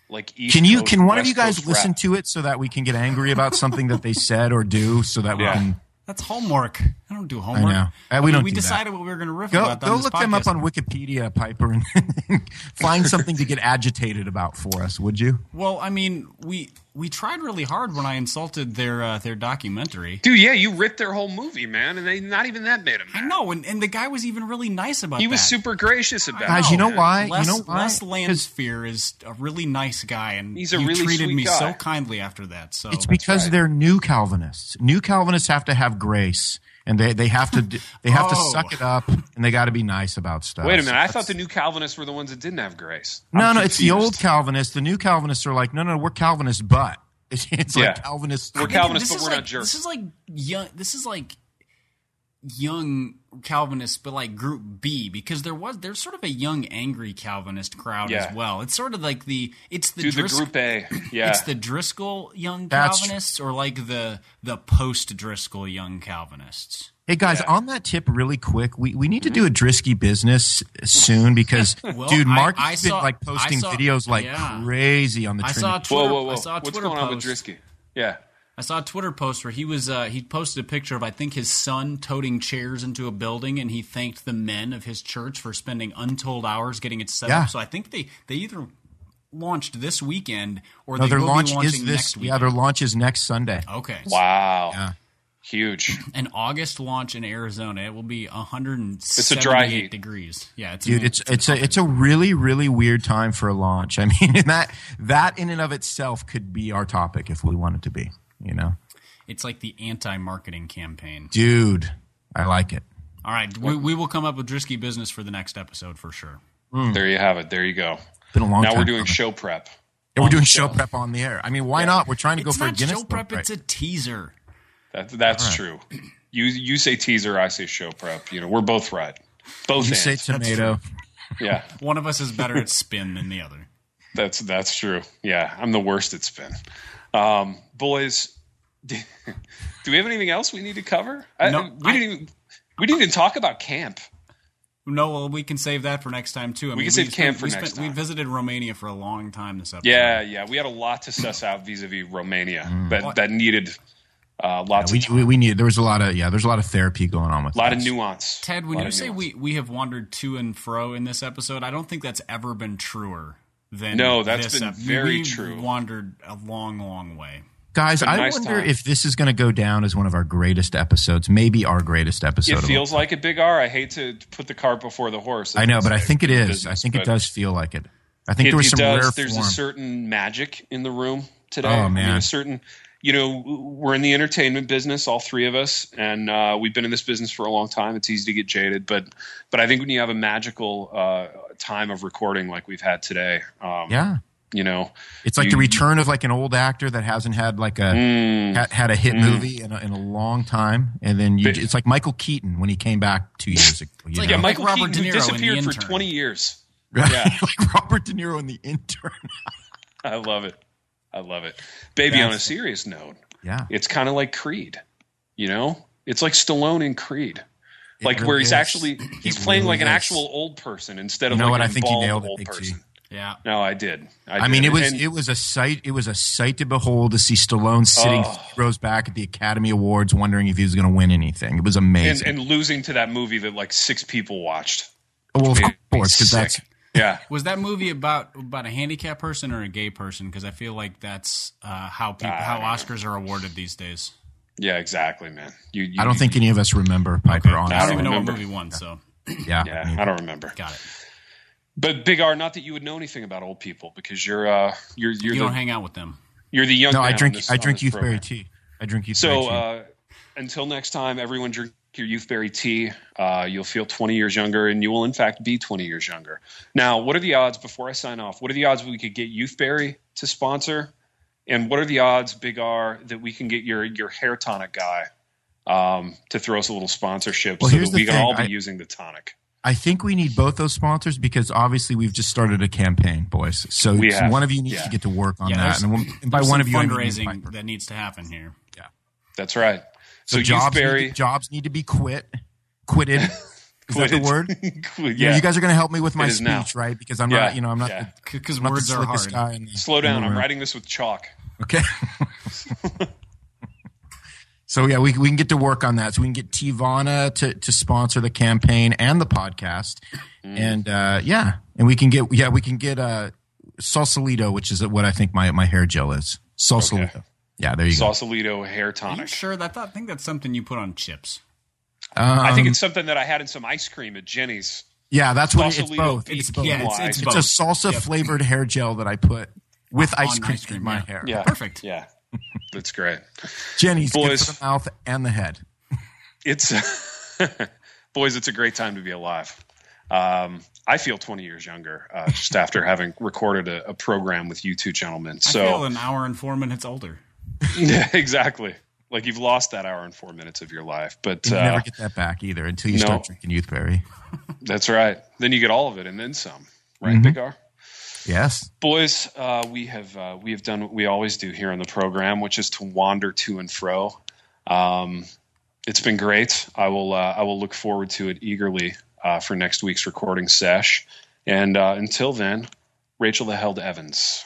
like East Can you Coast, can one of West you guys Coast listen rap. to it so that we can get angry about something that they said or do so that we Yeah. can That's homework. I don't do homework. know. Uh, we mean, don't We do that. decided what we were going to riff go about. go on this look them up podcast. on Wikipedia, Piper, and, find something to get agitated about for us, would you? Well, I mean, we we tried really hard when I insulted their uh, their documentary. Dude, yeah, you ripped their whole movie, man, and they not even that made him. I mad. know, and, and the guy was even really nice about He was that. super gracious about Guys, it. you know man. why? Les, you know why? Les 'Cause- Landsphere is a really nice guy, and He's a you really treated sweet me guy. so kindly after that. So It's because right. they're new Calvinists. New Calvinists have to have grace, and they, they have to d- they have to Oh. suck it up, and they got to be nice about stuff. Wait a minute. I thought the new Calvinists were the ones that didn't have grace. No, I'm no, it's the confused. old Calvinists. The new Calvinists are like, no, no, we're Calvinists, but It's Yeah. like Calvinist. We're I think Calvinists, this but is we're like, not jerks. This is like young. This is like young Calvinists, but like Group B, because there was there's sort of a young angry Calvinist crowd Yeah. as well. It's sort of like the it's the Dude, the Drisc- group A. Yeah. It's the Driscoll young That's true. Calvinists, or like the the post Driscoll young Calvinists. Hey guys, Yeah. on that tip, really quick, we, we need to do a Drisky business soon because, Well, dude, I- Mark I has been saw- like posting I saw- videos like yeah. crazy on the. I Trinity. saw a Twitter. whoa, whoa, whoa. I saw a What's Twitter going post. on with Drisky? Yeah. I saw a Twitter post where he was uh, he posted a picture of I think his son toting chairs into a building, and he thanked the men of his church for spending untold hours getting it set Yeah. up. So I think they they either launched this weekend or No, they their will launch be is launching this. next Oh, Yeah, weekend. their launch is next Sunday. okay, Wow. Yeah. Huge. an August launch in Arizona. It will be 178 a dry heat. degrees. Yeah, it's Dude, it's it's a it's a really really weird time for a launch. I mean, and that that in and of itself could be our topic if we wanted to be. You know, it's like the anti marketing campaign. dude, I like it. All right, we, we will come up with Drisky business for the next episode for sure. Hmm. There you have it. There you go. Been a long Now time. we're doing show prep. Yeah, we're Um, doing show prep on the air. I mean, why not? We're trying to it's go for not a Guinness show prep. Book, It's right? a teaser. That, that's true. You you say teaser, I say show prep. You know, we're both right. Both you say ends. tomato. yeah, One of us is better at spin than the other. that's that's true. Yeah, I'm the worst at spin. Um, boys, do, do we have anything else we need to cover? I, No, we I- didn't even we didn't even talk about camp. No, well, we can save that for next time too. I can save spent- Cam for we next time. We visited Romania for a long time this episode. Yeah, yeah, we had a lot to suss out vis-a-vis Romania that that needed uh, lots Mm. We, of time, we we need. There was a lot of yeah. There's a lot of therapy going on with. a lot this. of nuance. Ted, Lot when you of say nuance. we we have wandered to and fro in this episode, I don't think that's ever been truer than No, that's this been ep- very we true. Wandered a long, long way. Guys, a I nice wonder time. if this is going to go down as one of our greatest episodes, maybe our greatest episode. it of all feels like a big R. I hate to put the cart before the horse. I know, but I think it is. I business, think but- it does feel like it. I think there was some rare There's form. a certain magic in the room today. I Oh, mean, man. a certain, you know, we're in the entertainment business, all three of us, and uh, we've been in this business for a long time. It's easy to get jaded, but but I think when you have a magical uh, time of recording like we've had today, um, yeah, you know, it's like You- the return of like an old actor that hasn't had like a mm, had, had a hit movie in a, in a long time, and then you, But- it's like Michael Keaton when he came back two years ago. You like yeah, know? Like Michael Robert Keaton De who Niro in The disappeared for Intern. 20 years. Right? yeah. like Robert De Niro in The Intern. I love it. I love it, baby. on a That's- serious note, yeah, it's kind of like Creed. You know, it's like Stallone in Creed. It like really where he's is. actually he's It playing really like an is. actual old person instead of You know like what? an I think you bald nailed it, old Big G. person. Yeah, No, I did. I, I mean, did. it was And- it was a sight it was a sight to behold to see Stallone sitting Oh. rows back at the Academy Awards, wondering if he was going to win anything. It was amazing. and, and losing to that movie that like six people watched. well, of Made me course, because sick. that's yeah. was that movie about about a handicapped person or a gay person? Because I feel like that's uh, how people I how don't know. Oscars are awarded these days. Yeah, exactly, man. You, you I don't think any of us remember Piper. Honestly, I don't, even remember. know what movie won. So yeah, I Yeah, mean, I don't remember. got it. But Big R, not that you would know anything about old people because you're uh you're you're you the, don't hang out with them. you're the young. no, man I on drink this- I on drink this youthberry program. tea. I drink youthberry So tea. uh, until next time, everyone drink your youthberry tea. Uh, you'll feel 20 years younger, and you will in fact be 20 years younger. Now, what are the odds? Before I sign off, what are the odds we could get Youthberry to sponsor? And what are the odds, Big R, that we can get your your hair tonic guy um, to throw us a little sponsorship Well, so here's that the we can thing. all be I- using the tonic? I think we need both those sponsors because obviously we've just started a campaign, boys. So, We so have, one of you needs yeah. to get to work on Yeah, that, there's- and, one, and by There's one some of you, I mean fundraising Piper. that needs to happen here. That's right. So, So jobs Youthberry, need, to- jobs need to be quit, quitted. Is that the Quitted. word? You know, yeah. You guys are going to help me with my It is speech, now. right? Because I'm Yeah, not, you know, I'm not, yeah. Because I'm not the words are slickest hard. guy. In the, Slow down. in the I'm room. writing this with chalk. Okay. so yeah, we we can get to work on that. So we can get Tivana to to sponsor the campaign and the podcast, Mm. and uh, yeah, and we can get yeah we can get uh, Sausalito, which is what I think my my hair gel is. Sausalito. Okay. Yeah, there you go. Sausalito hair Are you tonic. sure? I thought I think that's something you put on chips. Um, I think it's something that I had in some ice cream at Jenny's. yeah, that's what it, it's Sausalito both. It's beef both. Yeah, it's, Why? it's, It's both. a salsa flavored hair gel that I put with ice On cream, ice cream, in my yeah. hair. Yeah. Perfect. Yeah. That's great. Jenny's good Boys. for the mouth and the head. It's boys, it's a great time to be alive. Um, I feel 20 years younger uh, just after having recorded a, a program with you two gentlemen. So I feel an hour and four minutes older. yeah, exactly. Like you've lost that hour and four minutes of your life, but You uh, never get that back either until you no. start drinking youthberry. that's right. Then you get all of it and then some, right, Mhm. Big R? Yes. Boys, uh, we have uh, we have done what we always do here on the program, which is to wander to and fro. Um, it's been great. I will uh, I will look forward to it eagerly uh, for next week's recording sesh. And uh, until then, Rachel the Held Evans.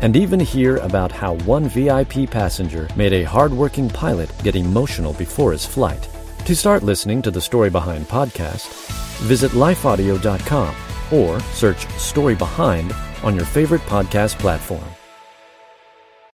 And even hear about how one VIP passenger made a hardworking pilot get emotional before his flight. To start listening to the Story Behind podcast, visit lifeaudio.com or search Story Behind on your favorite podcast platform.